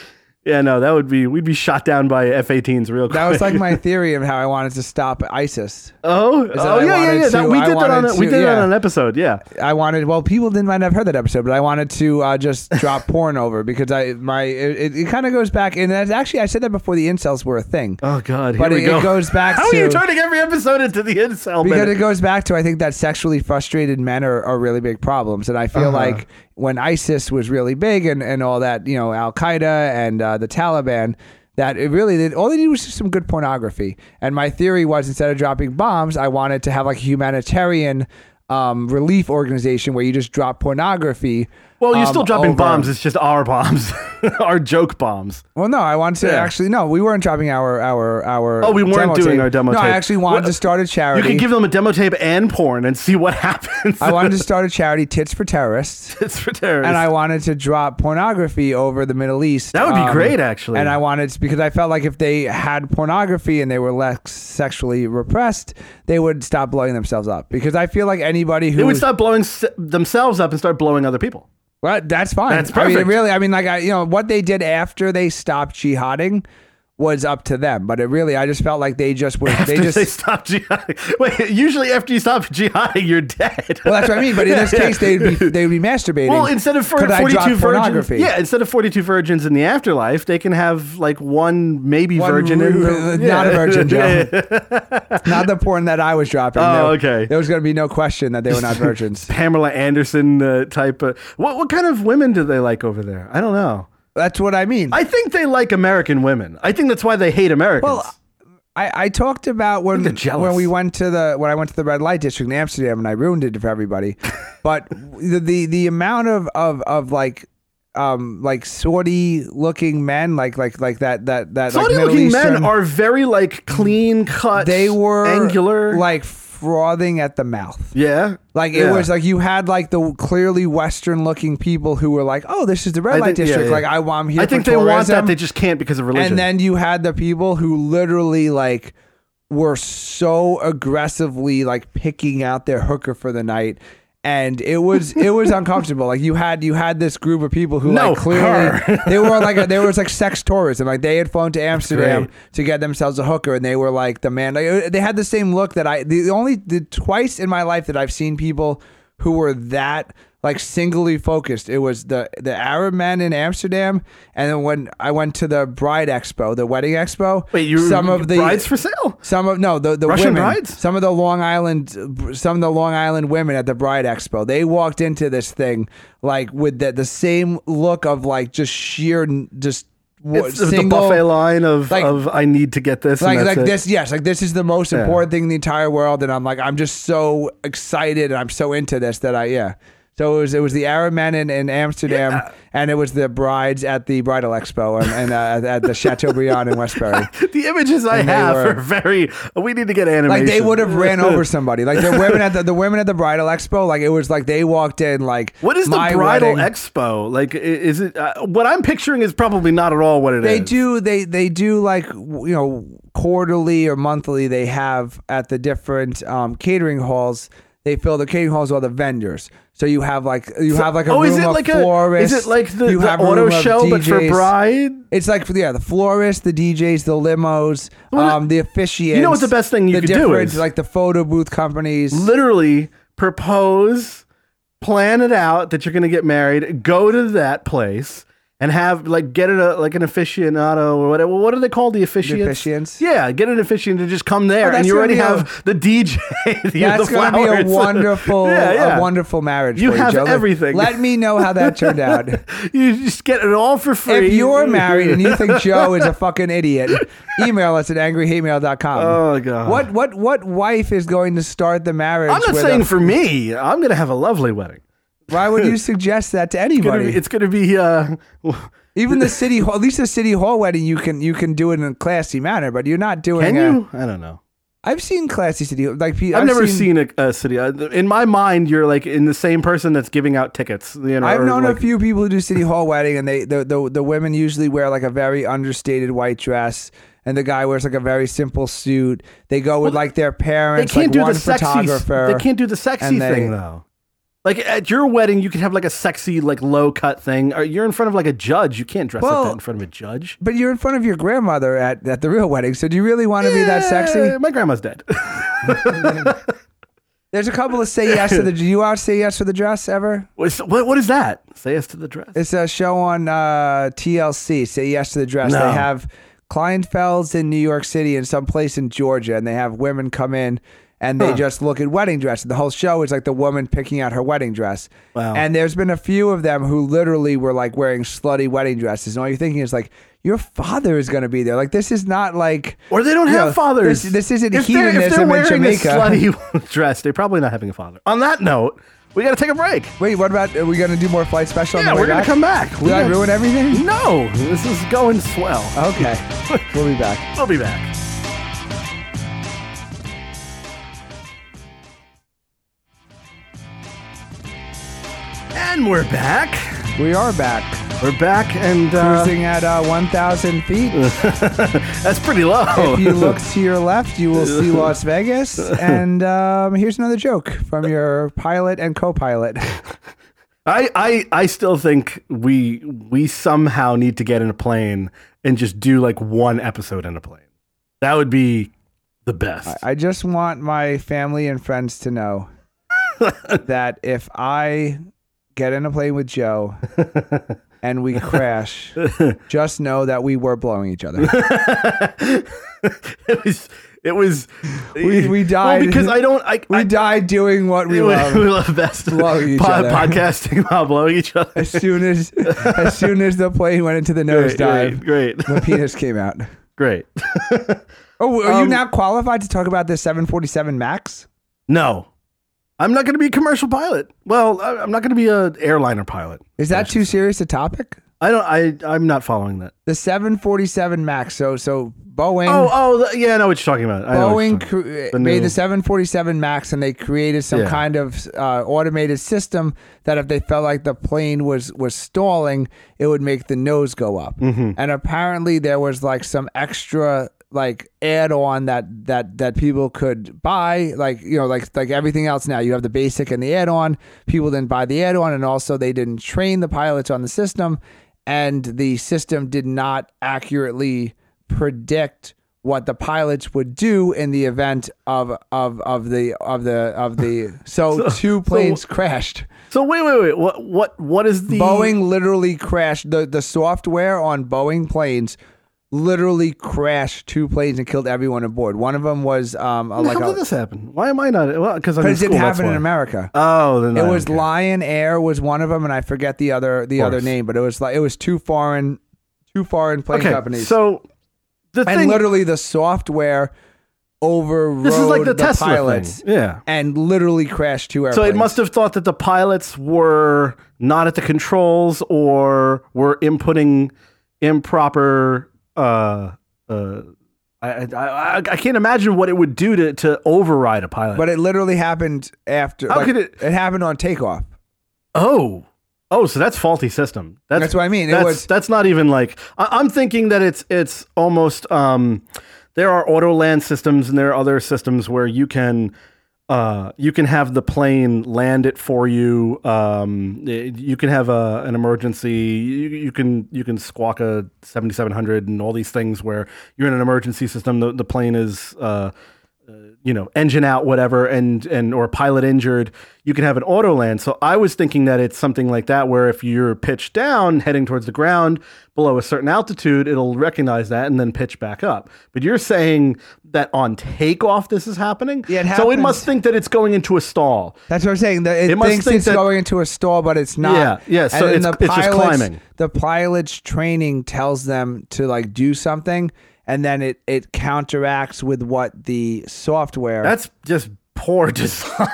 [SPEAKER 1] yeah, no, that would be we'd be shot down by F-18s real quick.
[SPEAKER 2] That was like my theory of how I wanted to stop ISIS.
[SPEAKER 1] oh,
[SPEAKER 2] that
[SPEAKER 1] oh
[SPEAKER 2] I
[SPEAKER 1] yeah, yeah,
[SPEAKER 2] wanted
[SPEAKER 1] yeah. that-
[SPEAKER 2] to-
[SPEAKER 1] we
[SPEAKER 2] I
[SPEAKER 1] did that on
[SPEAKER 2] wanted
[SPEAKER 1] a, we
[SPEAKER 2] to-
[SPEAKER 1] did that
[SPEAKER 2] yeah.
[SPEAKER 1] on an episode. Yeah.
[SPEAKER 2] I wanted. Well, people didn't might have heard that episode, but I wanted to uh, just drop porn over because I my it, it, it kind of goes back. And that's actually I said that before the incels were a thing.
[SPEAKER 1] Oh God!
[SPEAKER 2] But
[SPEAKER 1] here
[SPEAKER 2] it-
[SPEAKER 1] we
[SPEAKER 2] it
[SPEAKER 1] go.
[SPEAKER 2] goes back
[SPEAKER 1] How are you
[SPEAKER 2] to-
[SPEAKER 1] turning every episode into the incel?
[SPEAKER 2] because it
[SPEAKER 1] minute?
[SPEAKER 2] goes back to I think that sexually frustrated men are, are really big problems, and I feel
[SPEAKER 1] Uh-huh.
[SPEAKER 2] like when ISIS was really big and, and all that, you know, Al Qaeda and uh, the Taliban, that it really did, all they needed was just some good pornography. And my theory was instead of dropping bombs, I wanted to have like a humanitarian um, relief organization where you just drop pornography.
[SPEAKER 1] well, you're
[SPEAKER 2] um,
[SPEAKER 1] still dropping
[SPEAKER 2] over-
[SPEAKER 1] bombs. It's just our bombs, our joke bombs.
[SPEAKER 2] Well, no, I wanted to
[SPEAKER 1] Yeah.
[SPEAKER 2] actually no, we weren't dropping our our our.
[SPEAKER 1] Oh, we weren't
[SPEAKER 2] demo
[SPEAKER 1] doing
[SPEAKER 2] tape.
[SPEAKER 1] our demo
[SPEAKER 2] No, I
[SPEAKER 1] tape.
[SPEAKER 2] actually wanted
[SPEAKER 1] Well,
[SPEAKER 2] to start a charity.
[SPEAKER 1] You can give them a demo tape and porn and see what happens.
[SPEAKER 2] I wanted to start a charity, Tits for Terrorists.
[SPEAKER 1] it's for terrorists.
[SPEAKER 2] and I wanted to drop pornography over the Middle East. um,
[SPEAKER 1] That would be great, actually.
[SPEAKER 2] And I wanted to, because I felt like if they had pornography and they were less sexually repressed, they would stop blowing themselves up. Because I feel like anybody who
[SPEAKER 1] they would
[SPEAKER 2] was-
[SPEAKER 1] stop blowing s- themselves up and start blowing other people.
[SPEAKER 2] well, that's fine.
[SPEAKER 1] That's
[SPEAKER 2] I mean,
[SPEAKER 1] perfect.
[SPEAKER 2] really, I mean, like, I, you know, what they did after they stopped jihading was up to them. But it really, I just felt like they just were.
[SPEAKER 1] After
[SPEAKER 2] they just
[SPEAKER 1] they stop jihading. Wait, usually after you stop jihading, you're dead.
[SPEAKER 2] Well, that's what I mean. But in this case, they'd be they'd be masturbating.
[SPEAKER 1] Well, instead of for,
[SPEAKER 2] 'cause I
[SPEAKER 1] 42
[SPEAKER 2] dropped
[SPEAKER 1] virgins,
[SPEAKER 2] pornography.
[SPEAKER 1] yeah, instead of 42 virgins in the afterlife, they can have like one maybe
[SPEAKER 2] One
[SPEAKER 1] virgin in
[SPEAKER 2] ru- uh,
[SPEAKER 1] the,
[SPEAKER 2] not a
[SPEAKER 1] Yeah.
[SPEAKER 2] virgin, Joe.
[SPEAKER 1] Yeah.
[SPEAKER 2] not the porn that I was dropping.
[SPEAKER 1] Oh,
[SPEAKER 2] There-
[SPEAKER 1] okay.
[SPEAKER 2] There was going to be no question that they were not virgins.
[SPEAKER 1] Pamela Anderson uh, type. Of, what what kind of women do they like over there? I don't know.
[SPEAKER 2] That's what I mean. I,
[SPEAKER 1] I think they like American women. I think that's why they hate Americans.
[SPEAKER 2] Well, I, talked about when
[SPEAKER 1] They're jealous.
[SPEAKER 2] when we went to the when I went to the red light district in Amsterdam and I ruined it for everybody, but the the, the amount of, of of like um like sweaty looking men like like like that that that like
[SPEAKER 1] Saudi
[SPEAKER 2] Middle
[SPEAKER 1] looking men
[SPEAKER 2] Eastern,
[SPEAKER 1] are very like clean cut.
[SPEAKER 2] they were
[SPEAKER 1] angular.
[SPEAKER 2] like frothing at the mouth.
[SPEAKER 1] yeah,
[SPEAKER 2] Like
[SPEAKER 1] Yeah.
[SPEAKER 2] it was like you had like the clearly Western looking people who were like, oh, this is the red
[SPEAKER 1] I
[SPEAKER 2] light
[SPEAKER 1] think- yeah,
[SPEAKER 2] district.
[SPEAKER 1] yeah.
[SPEAKER 2] Like I, I'm here.
[SPEAKER 1] I
[SPEAKER 2] for
[SPEAKER 1] think they want that.
[SPEAKER 2] tourism."
[SPEAKER 1] They just can't because of religion.
[SPEAKER 2] and then you had the people who literally like were so aggressively like picking out their hooker for the night. And it was it was uncomfortable. Like you had you had this group of people who
[SPEAKER 1] No,
[SPEAKER 2] like clearly
[SPEAKER 1] her.
[SPEAKER 2] they were like a, there was like sex tourism. Like they had flown to Amsterdam
[SPEAKER 1] great.
[SPEAKER 2] to get themselves a hooker, and they were like the man. Like, they had the same look that I the only the twice in my life that I've seen people who were that like singly focused. It was the the Arab men in Amsterdam, and then when I went to the bride expo, the wedding expo,
[SPEAKER 1] Wait, you
[SPEAKER 2] some of the
[SPEAKER 1] brides for sale.
[SPEAKER 2] some of no the the
[SPEAKER 1] Russian
[SPEAKER 2] women,
[SPEAKER 1] brides?
[SPEAKER 2] some of the Long Island, some of the Long Island women at the Bride Expo. They walked into this thing like with the the same look of like just sheer, just what,
[SPEAKER 1] It's the buffet line of,
[SPEAKER 2] like-
[SPEAKER 1] of I need to get this. and
[SPEAKER 2] like
[SPEAKER 1] that's
[SPEAKER 2] like
[SPEAKER 1] it.
[SPEAKER 2] this yes like this is the most important thing in the entire world and i'm like i'm just so excited and i'm so into this that i yeah So it was it was the Arab men in, in Amsterdam, and it was the brides at the bridal expo and, and uh, at the Chateaubriand in Westbury.
[SPEAKER 1] The images I
[SPEAKER 2] And they
[SPEAKER 1] have
[SPEAKER 2] were-
[SPEAKER 1] are very. We need to get animation.
[SPEAKER 2] Like they would have ran over somebody. Like the women at the, the women at the bridal expo. Like it was like they walked in like
[SPEAKER 1] What is the
[SPEAKER 2] my
[SPEAKER 1] bridal
[SPEAKER 2] wedding.
[SPEAKER 1] expo like? i- Is it uh, what I'm picturing is probably not at all what it is.
[SPEAKER 2] They do they they do like w- you know quarterly or monthly. They have at the different um, catering halls. They fill the catering halls with all the vendors. So you have like you have like a
[SPEAKER 1] oh,
[SPEAKER 2] room
[SPEAKER 1] is it
[SPEAKER 2] of
[SPEAKER 1] like
[SPEAKER 2] florists.
[SPEAKER 1] a? Is it like the,
[SPEAKER 2] you
[SPEAKER 1] the
[SPEAKER 2] have a
[SPEAKER 1] auto
[SPEAKER 2] room of
[SPEAKER 1] show but for
[SPEAKER 2] DJs.
[SPEAKER 1] bride?
[SPEAKER 2] It's like yeah, the florist, the DJs, the limos, um, the officiants.
[SPEAKER 1] You know what the best thing you
[SPEAKER 2] the
[SPEAKER 1] could do
[SPEAKER 2] different,
[SPEAKER 1] is-
[SPEAKER 2] like the photo booth companies.
[SPEAKER 1] Literally propose, plan it out that you're going to get married. Go to that place and have like get it a, like an aficionado or whatever. What do they call the
[SPEAKER 2] the
[SPEAKER 1] officiants?
[SPEAKER 2] officiants. Oh,
[SPEAKER 1] Yeah, get an officiant to just come there,
[SPEAKER 2] that's
[SPEAKER 1] and you already
[SPEAKER 2] gonna be a-
[SPEAKER 1] have the DJ. the,
[SPEAKER 2] That's
[SPEAKER 1] the
[SPEAKER 2] going to be a
[SPEAKER 1] flowers.
[SPEAKER 2] wonderful,
[SPEAKER 1] yeah, yeah.
[SPEAKER 2] a wonderful marriage.
[SPEAKER 1] You
[SPEAKER 2] for
[SPEAKER 1] have
[SPEAKER 2] Joe. Let-
[SPEAKER 1] everything.
[SPEAKER 2] Let me know how that turned out.
[SPEAKER 1] You just get it all for free.
[SPEAKER 2] if you're married and you think Joe is a fucking idiot, email us at angryhatemail.com.
[SPEAKER 1] Oh, God.
[SPEAKER 2] What what what wife is going to start the marriage?
[SPEAKER 1] I'm not
[SPEAKER 2] with
[SPEAKER 1] saying
[SPEAKER 2] a-
[SPEAKER 1] for me. I'm gonna have a lovely wedding.
[SPEAKER 2] why would you suggest that to
[SPEAKER 1] Gonna
[SPEAKER 2] anybody?
[SPEAKER 1] be- It's gonna be. Uh,
[SPEAKER 2] Even the city hall, at least the city hall wedding, you can you can do it in a classy manner, but you're not doing.
[SPEAKER 1] can
[SPEAKER 2] a-
[SPEAKER 1] you? I don't know.
[SPEAKER 2] I've seen classy city like pe-
[SPEAKER 1] I've, never seen, a, a city. I- In my mind, you're like in the same person that's giving out tickets. You know,
[SPEAKER 2] I've
[SPEAKER 1] or,
[SPEAKER 2] known
[SPEAKER 1] like,
[SPEAKER 2] a few people who do city hall wedding, and they the, the the women usually wear like a very understated white dress, and the guy wears like a very simple suit. They go with like their
[SPEAKER 1] They
[SPEAKER 2] parents,
[SPEAKER 1] can't
[SPEAKER 2] like
[SPEAKER 1] do
[SPEAKER 2] one
[SPEAKER 1] the sexy.
[SPEAKER 2] photographer.
[SPEAKER 1] They can't do the sexy
[SPEAKER 2] and they-
[SPEAKER 1] thing though. Like at your wedding, you could have like a sexy, like low cut thing. Or you're in front of like a judge. You can't dress like
[SPEAKER 2] Well-
[SPEAKER 1] that in front of a judge.
[SPEAKER 2] But you're in front of your grandmother at, at the real wedding, so do you really want to be that
[SPEAKER 1] Eh,
[SPEAKER 2] sexy?
[SPEAKER 1] My grandma's dead.
[SPEAKER 2] There's a couple of say yes to the. Do you all say yes for the dress ever?
[SPEAKER 1] What's- what, what is that? Say yes to the dress.
[SPEAKER 2] It's a show on uh, TLC. Say yes to the dress.
[SPEAKER 1] No.
[SPEAKER 2] They have Kleinfelds in New York City and someplace in Georgia, and they have women come in and they just look at wedding dress. The whole show is like the woman picking out her wedding dress.
[SPEAKER 1] Wow.
[SPEAKER 2] And there's been a few of them who literally were like wearing slutty wedding dresses, and all you're thinking is like, your father is going to be there. Like this is not like
[SPEAKER 1] Or they don't
[SPEAKER 2] you
[SPEAKER 1] have
[SPEAKER 2] know,
[SPEAKER 1] fathers.
[SPEAKER 2] This, this isn't
[SPEAKER 1] if they're, if they're
[SPEAKER 2] hedonism in
[SPEAKER 1] wearing a
[SPEAKER 2] Jamaica.
[SPEAKER 1] slutty dress, they're probably not having a father. On that note, we got to take a break.
[SPEAKER 2] Wait, what about are we going to do more flight special? on
[SPEAKER 1] Yeah,
[SPEAKER 2] the way
[SPEAKER 1] we're gonna
[SPEAKER 2] back?
[SPEAKER 1] come back.
[SPEAKER 2] Will I
[SPEAKER 1] Yeah.
[SPEAKER 2] ruin everything?
[SPEAKER 1] No, this is going swell.
[SPEAKER 2] Okay, we'll be back.
[SPEAKER 1] We'll be back. And we're back.
[SPEAKER 2] We are back.
[SPEAKER 1] We're back, and uh,
[SPEAKER 2] cruising at uh, 1,000 feet.
[SPEAKER 1] that's pretty low.
[SPEAKER 2] If you look to your left, you will see Las Vegas. And um, here's another joke from your pilot and co-pilot.
[SPEAKER 1] I, I I still think we we somehow need to get in a plane and just do like one episode in a plane. That would be the best.
[SPEAKER 2] I just want my family and friends to know that if I get in a plane with Joe and we crash, just know that we were blowing each other.
[SPEAKER 1] it was it was
[SPEAKER 2] We- we
[SPEAKER 1] Well,
[SPEAKER 2] died.
[SPEAKER 1] because I don't I
[SPEAKER 2] We
[SPEAKER 1] I,
[SPEAKER 2] died doing what we
[SPEAKER 1] we
[SPEAKER 2] love.
[SPEAKER 1] love best
[SPEAKER 2] Blowing each other.
[SPEAKER 1] podcasting while blowing each other.
[SPEAKER 2] As soon as, as soon as the plane went into the
[SPEAKER 1] Great,
[SPEAKER 2] nosedive,
[SPEAKER 1] great,
[SPEAKER 2] the penis came out.
[SPEAKER 1] great.
[SPEAKER 2] Oh, are you
[SPEAKER 1] Um,
[SPEAKER 2] now qualified to talk about the 747 Max?
[SPEAKER 1] No, I'm not going to be a commercial pilot. Well, I, I'm not going to be a airliner pilot.
[SPEAKER 2] Is that too serious a topic?
[SPEAKER 1] I don't. I I'm not following that.
[SPEAKER 2] The 747 Max. So so Boeing
[SPEAKER 1] Oh, oh, th- yeah, I know what you're talking about. I know what you're
[SPEAKER 2] Mm. Boeing
[SPEAKER 1] talking
[SPEAKER 2] cre-
[SPEAKER 1] The
[SPEAKER 2] made
[SPEAKER 1] new-
[SPEAKER 2] the 747 Max and they created some
[SPEAKER 1] Yeah.
[SPEAKER 2] kind of uh, automated system that if they felt like the plane was was stalling, it would make the nose go up.
[SPEAKER 1] Mm-hmm.
[SPEAKER 2] And apparently there was like some extra like add-on that that that people could buy like you know like like everything else now you have the basic and the add-on people didn't buy the add-on and also they didn't train the pilots on the system and the system did not accurately predict what the pilots would do in the event of of of the of the of the so, two planes crashed.
[SPEAKER 1] So wait, wait, wait. What what what is the
[SPEAKER 2] Boeing literally crashed the the software on Boeing planes literally crashed two planes and killed everyone aboard. One of them was um a,
[SPEAKER 1] How
[SPEAKER 2] like
[SPEAKER 1] did
[SPEAKER 2] a
[SPEAKER 1] this happen? Why am I not? Well, because
[SPEAKER 2] because it didn't happen in America.
[SPEAKER 1] Oh, then
[SPEAKER 2] It
[SPEAKER 1] I
[SPEAKER 2] was
[SPEAKER 1] don't care.
[SPEAKER 2] Lion Air was one of them and I forget the other the other
[SPEAKER 1] course.
[SPEAKER 2] name, but it was like it was two foreign two foreign plane
[SPEAKER 1] okay.
[SPEAKER 2] companies.
[SPEAKER 1] So the
[SPEAKER 2] and
[SPEAKER 1] thing,
[SPEAKER 2] literally the software overrode
[SPEAKER 1] This is like the, Tesla
[SPEAKER 2] pilots
[SPEAKER 1] thing. Yeah.
[SPEAKER 2] and literally crashed two
[SPEAKER 1] So
[SPEAKER 2] airplanes.
[SPEAKER 1] it must have thought that the pilots were not at the controls or were inputting improper. Uh, uh, I, I, I, I can't imagine what it would do to, to override a pilot.
[SPEAKER 2] but it literally happened after.
[SPEAKER 1] How
[SPEAKER 2] like,
[SPEAKER 1] could it-
[SPEAKER 2] It happened on takeoff.
[SPEAKER 1] oh, oh, so that's faulty system. That's,
[SPEAKER 2] That's what I mean. It
[SPEAKER 1] that's,
[SPEAKER 2] was-
[SPEAKER 1] that's not even like I, I'm thinking that it's it's almost. Um, there are auto land systems and there are other systems where you can uh, you can have the plane land it for you. Um, it- you can have a, an emergency. You, you can you can squawk a seventy seven hundred and all these things where you're in an emergency system. The, the plane is uh, uh, you know engine out whatever and and or pilot injured. You can have an auto land. So I was thinking that it's something like that where if you're pitched down heading towards the ground below a certain altitude, it'll recognize that and then pitch back up. But you're saying that on takeoff this is happening.
[SPEAKER 2] Yeah, it
[SPEAKER 1] so it
[SPEAKER 2] happens.
[SPEAKER 1] must think that it's going into a stall.
[SPEAKER 2] That's what I'm saying. that it,
[SPEAKER 1] It must
[SPEAKER 2] thinks
[SPEAKER 1] think
[SPEAKER 2] it's
[SPEAKER 1] that-
[SPEAKER 2] going into a stall, but it's not.
[SPEAKER 1] Yeah, yeah, so
[SPEAKER 2] then
[SPEAKER 1] it's- it's just climbing.
[SPEAKER 2] The pilot's training tells them to like do something, and then it it counteracts with what the software.
[SPEAKER 1] That's just poor design.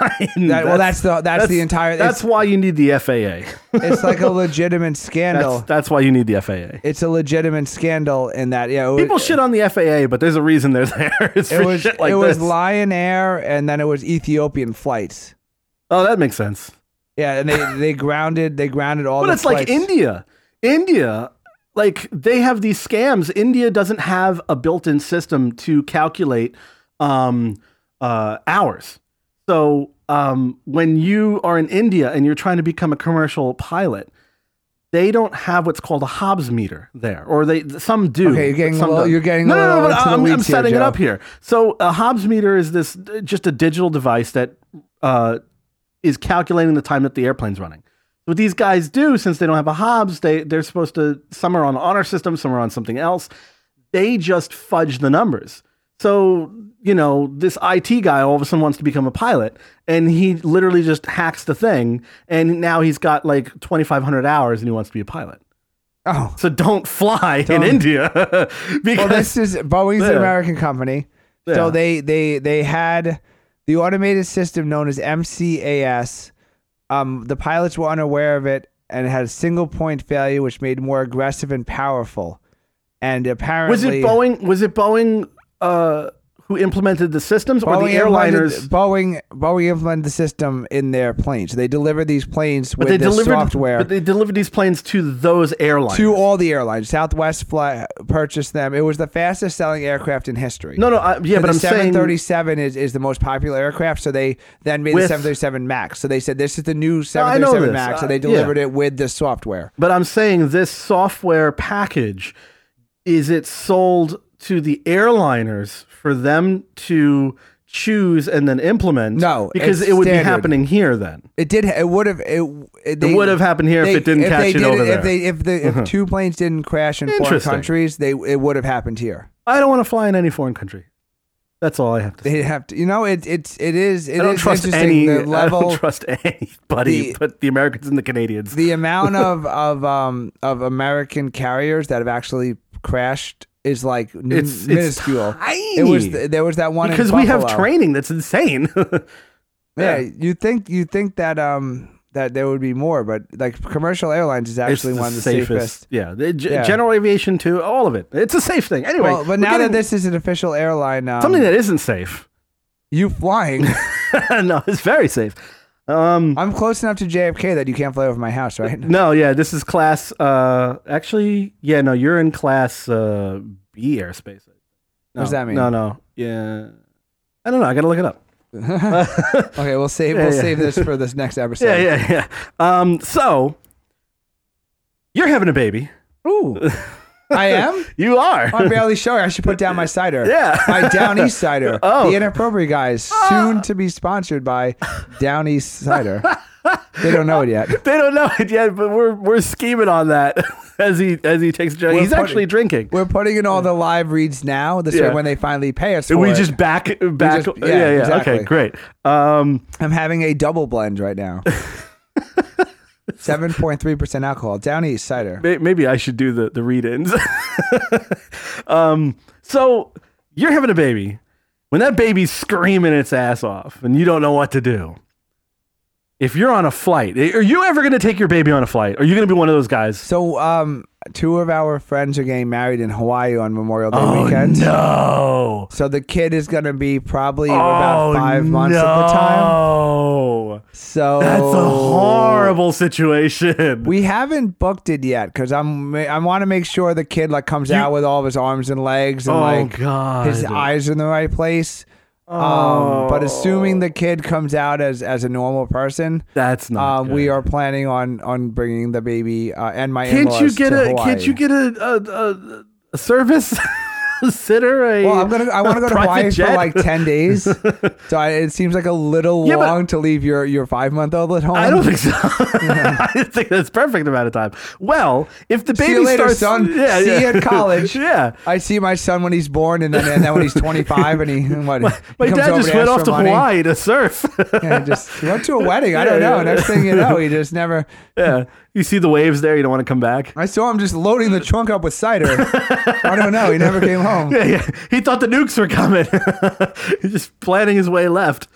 [SPEAKER 2] That- well, that's the- that's the entire-
[SPEAKER 1] That's why you need the FAA.
[SPEAKER 2] it's like a legitimate scandal.
[SPEAKER 1] That's, that's why you need the FAA.
[SPEAKER 2] it's a legitimate scandal in that yeah. It was,
[SPEAKER 1] People shit on the FAA, but there's a reason they're there. It's
[SPEAKER 2] it
[SPEAKER 1] for
[SPEAKER 2] was
[SPEAKER 1] shit like
[SPEAKER 2] it was
[SPEAKER 1] this.
[SPEAKER 2] Lion Air, and then it was Ethiopian flights.
[SPEAKER 1] oh, that makes sense.
[SPEAKER 2] Yeah, and they they grounded they grounded all.
[SPEAKER 1] But
[SPEAKER 2] the
[SPEAKER 1] it's like
[SPEAKER 2] flights.
[SPEAKER 1] India. India, like they have these scams. India doesn't have a built-in system to calculate um, uh, hours. So um, when you are in India and you're trying to become a commercial pilot, they don't have what's called a Hobbs meter there, or they some do.
[SPEAKER 2] Okay, you're getting a
[SPEAKER 1] some
[SPEAKER 2] little-
[SPEAKER 1] don't.
[SPEAKER 2] you're getting a
[SPEAKER 1] no, no, no.
[SPEAKER 2] little
[SPEAKER 1] But
[SPEAKER 2] into the
[SPEAKER 1] I'm, I'm
[SPEAKER 2] weeds here,
[SPEAKER 1] setting it
[SPEAKER 2] Joe.
[SPEAKER 1] up here. So a Hobbs meter is this just a digital device that uh, is calculating the time that the airplane's running. What these guys do, since they don't have a Hobbs, they they're supposed to some are on the honor system, some are on something else. They just fudge the numbers. So you know this IT guy all of a sudden wants to become a pilot, and he literally just hacks the thing, and now he's got like twenty five hundred hours, and he wants to be a pilot.
[SPEAKER 2] Oh,
[SPEAKER 1] So don't fly in India because
[SPEAKER 2] well, this is Boeing's an
[SPEAKER 1] Yeah.
[SPEAKER 2] American company,
[SPEAKER 1] Yeah.
[SPEAKER 2] so they they they had the automated system known as MCAS. Um, the pilots were unaware of it and it had a single point failure, which made more aggressive and powerful. And apparently,
[SPEAKER 1] was it Boeing? Was it Boeing uh, who implemented the systems or the
[SPEAKER 2] implemented-
[SPEAKER 1] airliners?
[SPEAKER 2] Boeing Boeing implemented the system in their planes. They deliver these planes with
[SPEAKER 1] They
[SPEAKER 2] this
[SPEAKER 1] delivered
[SPEAKER 2] software.
[SPEAKER 1] but they delivered these planes to those airlines.
[SPEAKER 2] to all the airlines, Southwest fly, purchased them. It was the fastest selling aircraft in history.
[SPEAKER 1] no, no, I, yeah, but
[SPEAKER 2] the
[SPEAKER 1] I'm saying
[SPEAKER 2] 737 is, is the most popular aircraft, so they then made
[SPEAKER 1] With-
[SPEAKER 2] the 737 Max. So they said this is the new
[SPEAKER 1] I know
[SPEAKER 2] 737
[SPEAKER 1] this.
[SPEAKER 2] Max,
[SPEAKER 1] Uh,
[SPEAKER 2] so they
[SPEAKER 1] yeah.
[SPEAKER 2] delivered it with the software.
[SPEAKER 1] But I'm saying this software package is it sold to the airliners for them to choose and then implement?
[SPEAKER 2] No,
[SPEAKER 1] because
[SPEAKER 2] it's
[SPEAKER 1] it would be
[SPEAKER 2] standard.
[SPEAKER 1] happening here then.
[SPEAKER 2] It did. It would have. It, it, they-
[SPEAKER 1] would have happened here if it didn't catch
[SPEAKER 2] they
[SPEAKER 1] it over there. Uh-huh.
[SPEAKER 2] If, they, if, the, if two planes didn't crash in foreign
[SPEAKER 1] Interesting.
[SPEAKER 2] countries, they it would have happened here.
[SPEAKER 1] I don't want to fly in any foreign country. That's all I have to say.
[SPEAKER 2] They have to. You know, it it's it is. It
[SPEAKER 1] I don't
[SPEAKER 2] is
[SPEAKER 1] trust
[SPEAKER 2] interesting,
[SPEAKER 1] any.
[SPEAKER 2] The
[SPEAKER 1] I
[SPEAKER 2] level.
[SPEAKER 1] don't trust anybody
[SPEAKER 2] the-
[SPEAKER 1] but the Americans and the Canadians.
[SPEAKER 2] the amount of of um of American carriers that have actually crashed is like n-
[SPEAKER 1] It's- it's
[SPEAKER 2] minuscule.
[SPEAKER 1] tiny.
[SPEAKER 2] It was th- there was that one in
[SPEAKER 1] because we have
[SPEAKER 2] Buffalo.
[SPEAKER 1] training that's insane.
[SPEAKER 2] Yeah, you think you think that um that there would be more, but like commercial airlines is actually one of the safest.
[SPEAKER 1] Yeah, the g-
[SPEAKER 2] Yeah.
[SPEAKER 1] general aviation too. All of it. It's a safe thing. Anyway,
[SPEAKER 2] Well,
[SPEAKER 1] we're
[SPEAKER 2] but now
[SPEAKER 1] getting
[SPEAKER 2] that this is an official airline, um,
[SPEAKER 1] something that isn't safe.
[SPEAKER 2] you flying,
[SPEAKER 1] no, it's very safe. Um,
[SPEAKER 2] I'm close enough to JFK that you can't fly over my house, right?
[SPEAKER 1] no, yeah, this is class. Uh, actually, yeah, no, you're in class uh, B airspace. No,
[SPEAKER 2] What does that mean?
[SPEAKER 1] No, no, yeah, I don't know. I gotta look it up.
[SPEAKER 2] Okay, we'll save
[SPEAKER 1] Yeah,
[SPEAKER 2] we'll
[SPEAKER 1] yeah.
[SPEAKER 2] save this for this next episode.
[SPEAKER 1] Yeah, yeah, yeah. Um, so you're having a baby.
[SPEAKER 2] Ooh, I am.
[SPEAKER 1] You are.
[SPEAKER 2] I'm barely sure. I should put down my cider.
[SPEAKER 1] Yeah.
[SPEAKER 2] My Down East cider.
[SPEAKER 1] Oh.
[SPEAKER 2] The inappropriate guys, soon to be sponsored by Down East cider. they don't know it yet.
[SPEAKER 1] they don't know it yet, but we're we're scheming on that as he as he takes a drink.
[SPEAKER 2] We're
[SPEAKER 1] He's
[SPEAKER 2] putting-
[SPEAKER 1] actually drinking.
[SPEAKER 2] We're putting in all the live reads now. This
[SPEAKER 1] Yeah.
[SPEAKER 2] way, when they finally pay us, for
[SPEAKER 1] We
[SPEAKER 2] it.
[SPEAKER 1] just back back.
[SPEAKER 2] just-
[SPEAKER 1] yeah,
[SPEAKER 2] yeah,
[SPEAKER 1] yeah. Okay,
[SPEAKER 2] exactly.
[SPEAKER 1] great. Um,
[SPEAKER 2] I'm having a double blend right now. Seven point three percent alcohol. Down East cider.
[SPEAKER 1] may- maybe I should do the the read-ins. um, so you're having a baby, when that baby's screaming its ass off and you don't know what to do, if you're on a flight, eh, are you ever going to take your baby on a flight? Are you going to be one of those guys?
[SPEAKER 2] So, um, two of our friends are getting married in Hawaii on Memorial Day
[SPEAKER 1] Oh,
[SPEAKER 2] weekend.
[SPEAKER 1] no.
[SPEAKER 2] So the kid is going to be probably
[SPEAKER 1] Oh,
[SPEAKER 2] about five months at the time.
[SPEAKER 1] no.
[SPEAKER 2] So
[SPEAKER 1] That's a horrible situation.
[SPEAKER 2] Oh. We haven't booked it yet because I'm I want to make sure the kid like comes out with all of his arms and legs and
[SPEAKER 1] Oh,
[SPEAKER 2] like
[SPEAKER 1] God.
[SPEAKER 2] his eyes are in the right place. Um, but assuming the kid comes out as as a normal person,
[SPEAKER 1] That's not.
[SPEAKER 2] um, we
[SPEAKER 1] good.
[SPEAKER 2] are planning on on bringing the baby uh, and my
[SPEAKER 1] Can't you
[SPEAKER 2] in-laws
[SPEAKER 1] get
[SPEAKER 2] to
[SPEAKER 1] a? Can't
[SPEAKER 2] Hawaii.
[SPEAKER 1] you get a a, a, a service? Sitter? A,
[SPEAKER 2] Well, I'm gonna. I want to go to
[SPEAKER 1] private
[SPEAKER 2] Hawaii for
[SPEAKER 1] jet?
[SPEAKER 2] like ten days, so I, it seems like a little
[SPEAKER 1] Yeah, but-
[SPEAKER 2] long to leave your your five month old at home.
[SPEAKER 1] I don't think so. I think that's perfect amount of time. Well, if the baby
[SPEAKER 2] See you later,
[SPEAKER 1] starts,
[SPEAKER 2] son. See you at college.
[SPEAKER 1] yeah.
[SPEAKER 2] I see my son when he's born, and then and then when he's 25, and he and what? he
[SPEAKER 1] My
[SPEAKER 2] comes
[SPEAKER 1] dad
[SPEAKER 2] over
[SPEAKER 1] just
[SPEAKER 2] to
[SPEAKER 1] went
[SPEAKER 2] ask
[SPEAKER 1] off
[SPEAKER 2] for
[SPEAKER 1] to
[SPEAKER 2] money.
[SPEAKER 1] Hawaii to surf.
[SPEAKER 2] Yeah, he just he went to a wedding. I don't
[SPEAKER 1] Yeah,
[SPEAKER 2] know.
[SPEAKER 1] yeah.
[SPEAKER 2] Next thing you know, he just never.
[SPEAKER 1] yeah, you see the waves there. You don't want to come back.
[SPEAKER 2] I saw him just loading the trunk up with cider. I don't know. He never came home.
[SPEAKER 1] Yeah, yeah. He thought the nukes were coming. He's just planning his way left.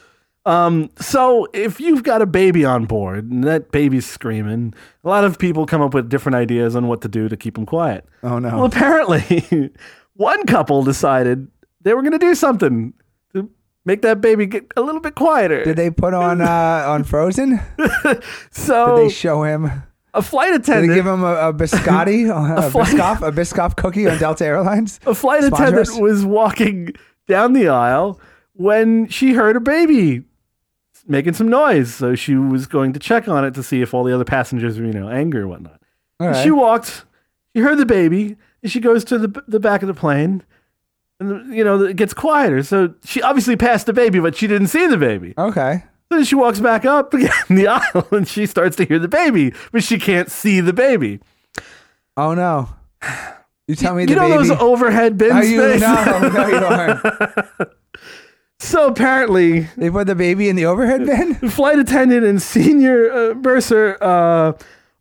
[SPEAKER 1] Um, so if you've got a baby on board and that baby's screaming, a lot of people come up with different ideas on what to do to keep them quiet.
[SPEAKER 2] Oh, no.
[SPEAKER 1] Well, apparently, one couple decided they were going to do something to make that baby get a little bit quieter.
[SPEAKER 2] Did they put on uh, on Frozen? Did
[SPEAKER 1] so
[SPEAKER 2] they show him?
[SPEAKER 1] a flight
[SPEAKER 2] Did they give
[SPEAKER 1] attendant,
[SPEAKER 2] him a, a biscotti, a,
[SPEAKER 1] fly-
[SPEAKER 2] biscoff, a biscoff cookie on Delta Airlines?
[SPEAKER 1] a flight
[SPEAKER 2] Sponsor
[SPEAKER 1] attendant
[SPEAKER 2] us?
[SPEAKER 1] was walking down the aisle when she heard a baby making some noise. So she was going to check on it to see if all the other passengers were, you know, angry or whatnot.
[SPEAKER 2] All
[SPEAKER 1] And
[SPEAKER 2] right.
[SPEAKER 1] She walked. She heard the baby, and she goes to the the back of the plane, and the, you know it gets quieter. So she obviously passed the baby, but she didn't see the baby.
[SPEAKER 2] Okay.
[SPEAKER 1] So then she walks back up again the aisle, and she starts to hear the baby, but she can't see the baby.
[SPEAKER 2] Oh no. You tell me
[SPEAKER 1] you
[SPEAKER 2] the
[SPEAKER 1] know
[SPEAKER 2] baby.
[SPEAKER 1] those overhead bins.
[SPEAKER 2] Are you
[SPEAKER 1] things?
[SPEAKER 2] no, no, you don't.
[SPEAKER 1] So apparently,
[SPEAKER 2] They put the baby in the overhead bin.
[SPEAKER 1] the flight attendant and senior uh, bursar uh,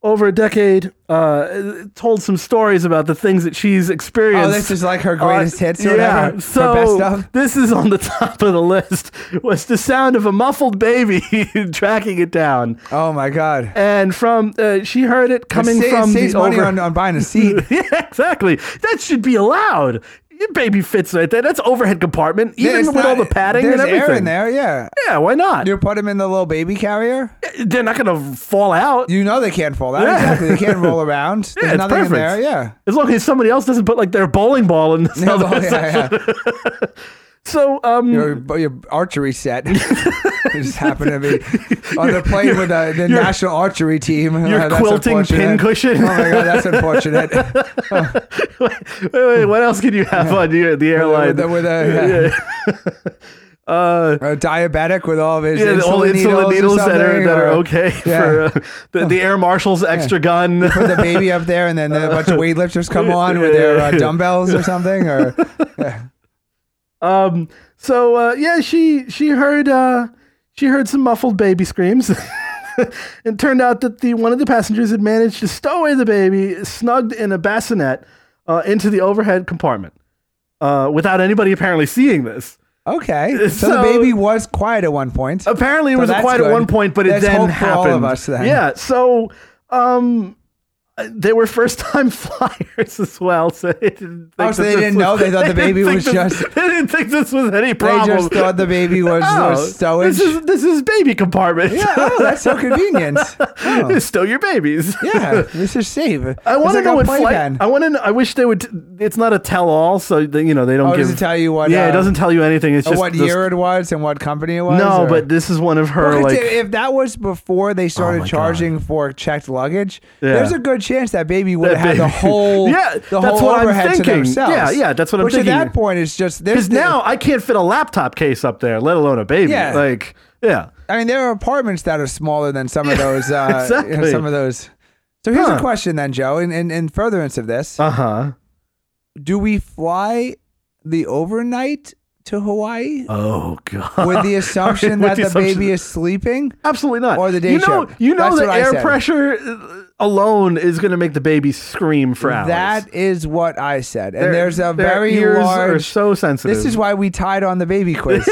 [SPEAKER 1] over a decade uh, told some stories about the things that she's experienced.
[SPEAKER 2] Oh, this is like her greatest
[SPEAKER 1] Uh,
[SPEAKER 2] hits or whatever.
[SPEAKER 1] So
[SPEAKER 2] her best stuff.
[SPEAKER 1] this is on the top of the list was the sound of a muffled baby tracking it down,
[SPEAKER 2] Oh my god.
[SPEAKER 1] and from uh, she heard it coming
[SPEAKER 2] it sa- it
[SPEAKER 1] from
[SPEAKER 2] saves
[SPEAKER 1] the
[SPEAKER 2] money
[SPEAKER 1] over.
[SPEAKER 2] on, on buying a seat.
[SPEAKER 1] yeah, exactly. That should be allowed. Your baby fits right there. That's overhead compartment, even
[SPEAKER 2] It's
[SPEAKER 1] with
[SPEAKER 2] not-
[SPEAKER 1] all the padding
[SPEAKER 2] there's
[SPEAKER 1] and everything.
[SPEAKER 2] air in there. Yeah.
[SPEAKER 1] Yeah, why not?
[SPEAKER 2] You put him in the little baby carrier.
[SPEAKER 1] They're not gonna fall out.
[SPEAKER 2] You know they can't fall out.
[SPEAKER 1] Yeah.
[SPEAKER 2] Exactly. They can't roll around. There's
[SPEAKER 1] it's
[SPEAKER 2] nothing in
[SPEAKER 1] perfect.
[SPEAKER 2] there. Yeah.
[SPEAKER 1] As long as somebody else doesn't put like their bowling ball in the
[SPEAKER 2] Yeah, well, yeah, yeah.
[SPEAKER 1] So um
[SPEAKER 2] Your, but your archery set You just happened to be on the plane with the, the national archery team.
[SPEAKER 1] your
[SPEAKER 2] That's
[SPEAKER 1] quilting pin
[SPEAKER 2] unfortunate.
[SPEAKER 1] cushion.
[SPEAKER 2] Oh my god, that's unfortunate.
[SPEAKER 1] wait, wait, what else can you have on your, the airline?
[SPEAKER 2] with a, with a,
[SPEAKER 1] Uh,
[SPEAKER 2] a diabetic with all of his
[SPEAKER 1] yeah,
[SPEAKER 2] insulin,
[SPEAKER 1] the old insulin
[SPEAKER 2] needles, or
[SPEAKER 1] needles that are,
[SPEAKER 2] something,
[SPEAKER 1] that are
[SPEAKER 2] or
[SPEAKER 1] okay
[SPEAKER 2] yeah.
[SPEAKER 1] for uh, the, the air marshal's extra gun.
[SPEAKER 2] Put the baby up there, and then a bunch of weightlifters come on with their uh, dumbbells or something. Or
[SPEAKER 1] Um, so uh, yeah, she she heard uh, she heard some muffled baby screams. it turned out that the one of the passengers had managed to stow away the baby, snugged in a bassinet, uh, into the overhead compartment, uh, without anybody apparently seeing this.
[SPEAKER 2] okay, so,
[SPEAKER 1] So-
[SPEAKER 2] the baby was quiet at one point.
[SPEAKER 1] Apparently, it was
[SPEAKER 2] that's
[SPEAKER 1] quiet at
[SPEAKER 2] good.
[SPEAKER 1] one point, but it
[SPEAKER 2] That's
[SPEAKER 1] then
[SPEAKER 2] hope for all
[SPEAKER 1] happened.
[SPEAKER 2] of us then.
[SPEAKER 1] Yeah. So, um, they were first-time flyers as well, so they didn't. Think
[SPEAKER 2] Oh, so
[SPEAKER 1] that
[SPEAKER 2] they
[SPEAKER 1] this
[SPEAKER 2] didn't
[SPEAKER 1] was-
[SPEAKER 2] know? They thought the
[SPEAKER 1] didn't
[SPEAKER 2] baby
[SPEAKER 1] think
[SPEAKER 2] was
[SPEAKER 1] this-
[SPEAKER 2] just-
[SPEAKER 1] They didn't think this was any
[SPEAKER 2] They
[SPEAKER 1] problem.
[SPEAKER 2] just thought the baby was,
[SPEAKER 1] Oh,
[SPEAKER 2] was stowage.
[SPEAKER 1] This is this is baby compartment.
[SPEAKER 2] yeah, oh, that's so convenient. Oh,
[SPEAKER 1] Stow your babies.
[SPEAKER 2] yeah, this is safe.
[SPEAKER 1] I want to know what flight.
[SPEAKER 2] playpen.
[SPEAKER 1] I want to. I wish they would. it's not a tell-all, so they, you know they don't
[SPEAKER 2] Oh,
[SPEAKER 1] give.
[SPEAKER 2] does it tell you what?
[SPEAKER 1] yeah,
[SPEAKER 2] uh,
[SPEAKER 1] it doesn't tell you anything. It's
[SPEAKER 2] uh,
[SPEAKER 1] just
[SPEAKER 2] what
[SPEAKER 1] this-
[SPEAKER 2] year it was and what company it was.
[SPEAKER 1] No,
[SPEAKER 2] or-
[SPEAKER 1] but this is one of her
[SPEAKER 2] Well, 'cause
[SPEAKER 1] like. Oh
[SPEAKER 2] if that was before they started
[SPEAKER 1] my
[SPEAKER 2] charging for checked luggage,
[SPEAKER 1] Yeah.
[SPEAKER 2] there's a good chance that baby would have had the
[SPEAKER 1] baby-
[SPEAKER 2] whole
[SPEAKER 1] Yeah,
[SPEAKER 2] the
[SPEAKER 1] that's
[SPEAKER 2] whole
[SPEAKER 1] what I'm
[SPEAKER 2] overhead to
[SPEAKER 1] thinking.
[SPEAKER 2] themselves.
[SPEAKER 1] Yeah, yeah, that's what I'm
[SPEAKER 2] Which
[SPEAKER 1] thinking.
[SPEAKER 2] at that point is just there's
[SPEAKER 1] Because now I can't fit a laptop case up there, let alone a baby.
[SPEAKER 2] Yeah.
[SPEAKER 1] Like, yeah.
[SPEAKER 2] I mean, there are apartments that are smaller than some of those. Uh, you know,
[SPEAKER 1] exactly.
[SPEAKER 2] some of those. So here's
[SPEAKER 1] Huh.
[SPEAKER 2] a question then, Joe, in, in, in furtherance of this,
[SPEAKER 1] Uh huh.
[SPEAKER 2] do we fly the overnight to Hawaii
[SPEAKER 1] Oh god.
[SPEAKER 2] with the
[SPEAKER 1] With
[SPEAKER 2] assumption that
[SPEAKER 1] the
[SPEAKER 2] the
[SPEAKER 1] assumption-
[SPEAKER 2] baby is sleeping?
[SPEAKER 1] Absolutely not.
[SPEAKER 2] Or the day
[SPEAKER 1] you know,
[SPEAKER 2] shift.
[SPEAKER 1] You know
[SPEAKER 2] That's
[SPEAKER 1] the
[SPEAKER 2] what I
[SPEAKER 1] air
[SPEAKER 2] said.
[SPEAKER 1] pressure uh, alone is going to make the baby scream for hours.
[SPEAKER 2] That is what I said. And
[SPEAKER 1] Their-
[SPEAKER 2] there's
[SPEAKER 1] their
[SPEAKER 2] a very
[SPEAKER 1] ears are
[SPEAKER 2] large.
[SPEAKER 1] so sensitive.
[SPEAKER 2] this is why we tied on the baby quiz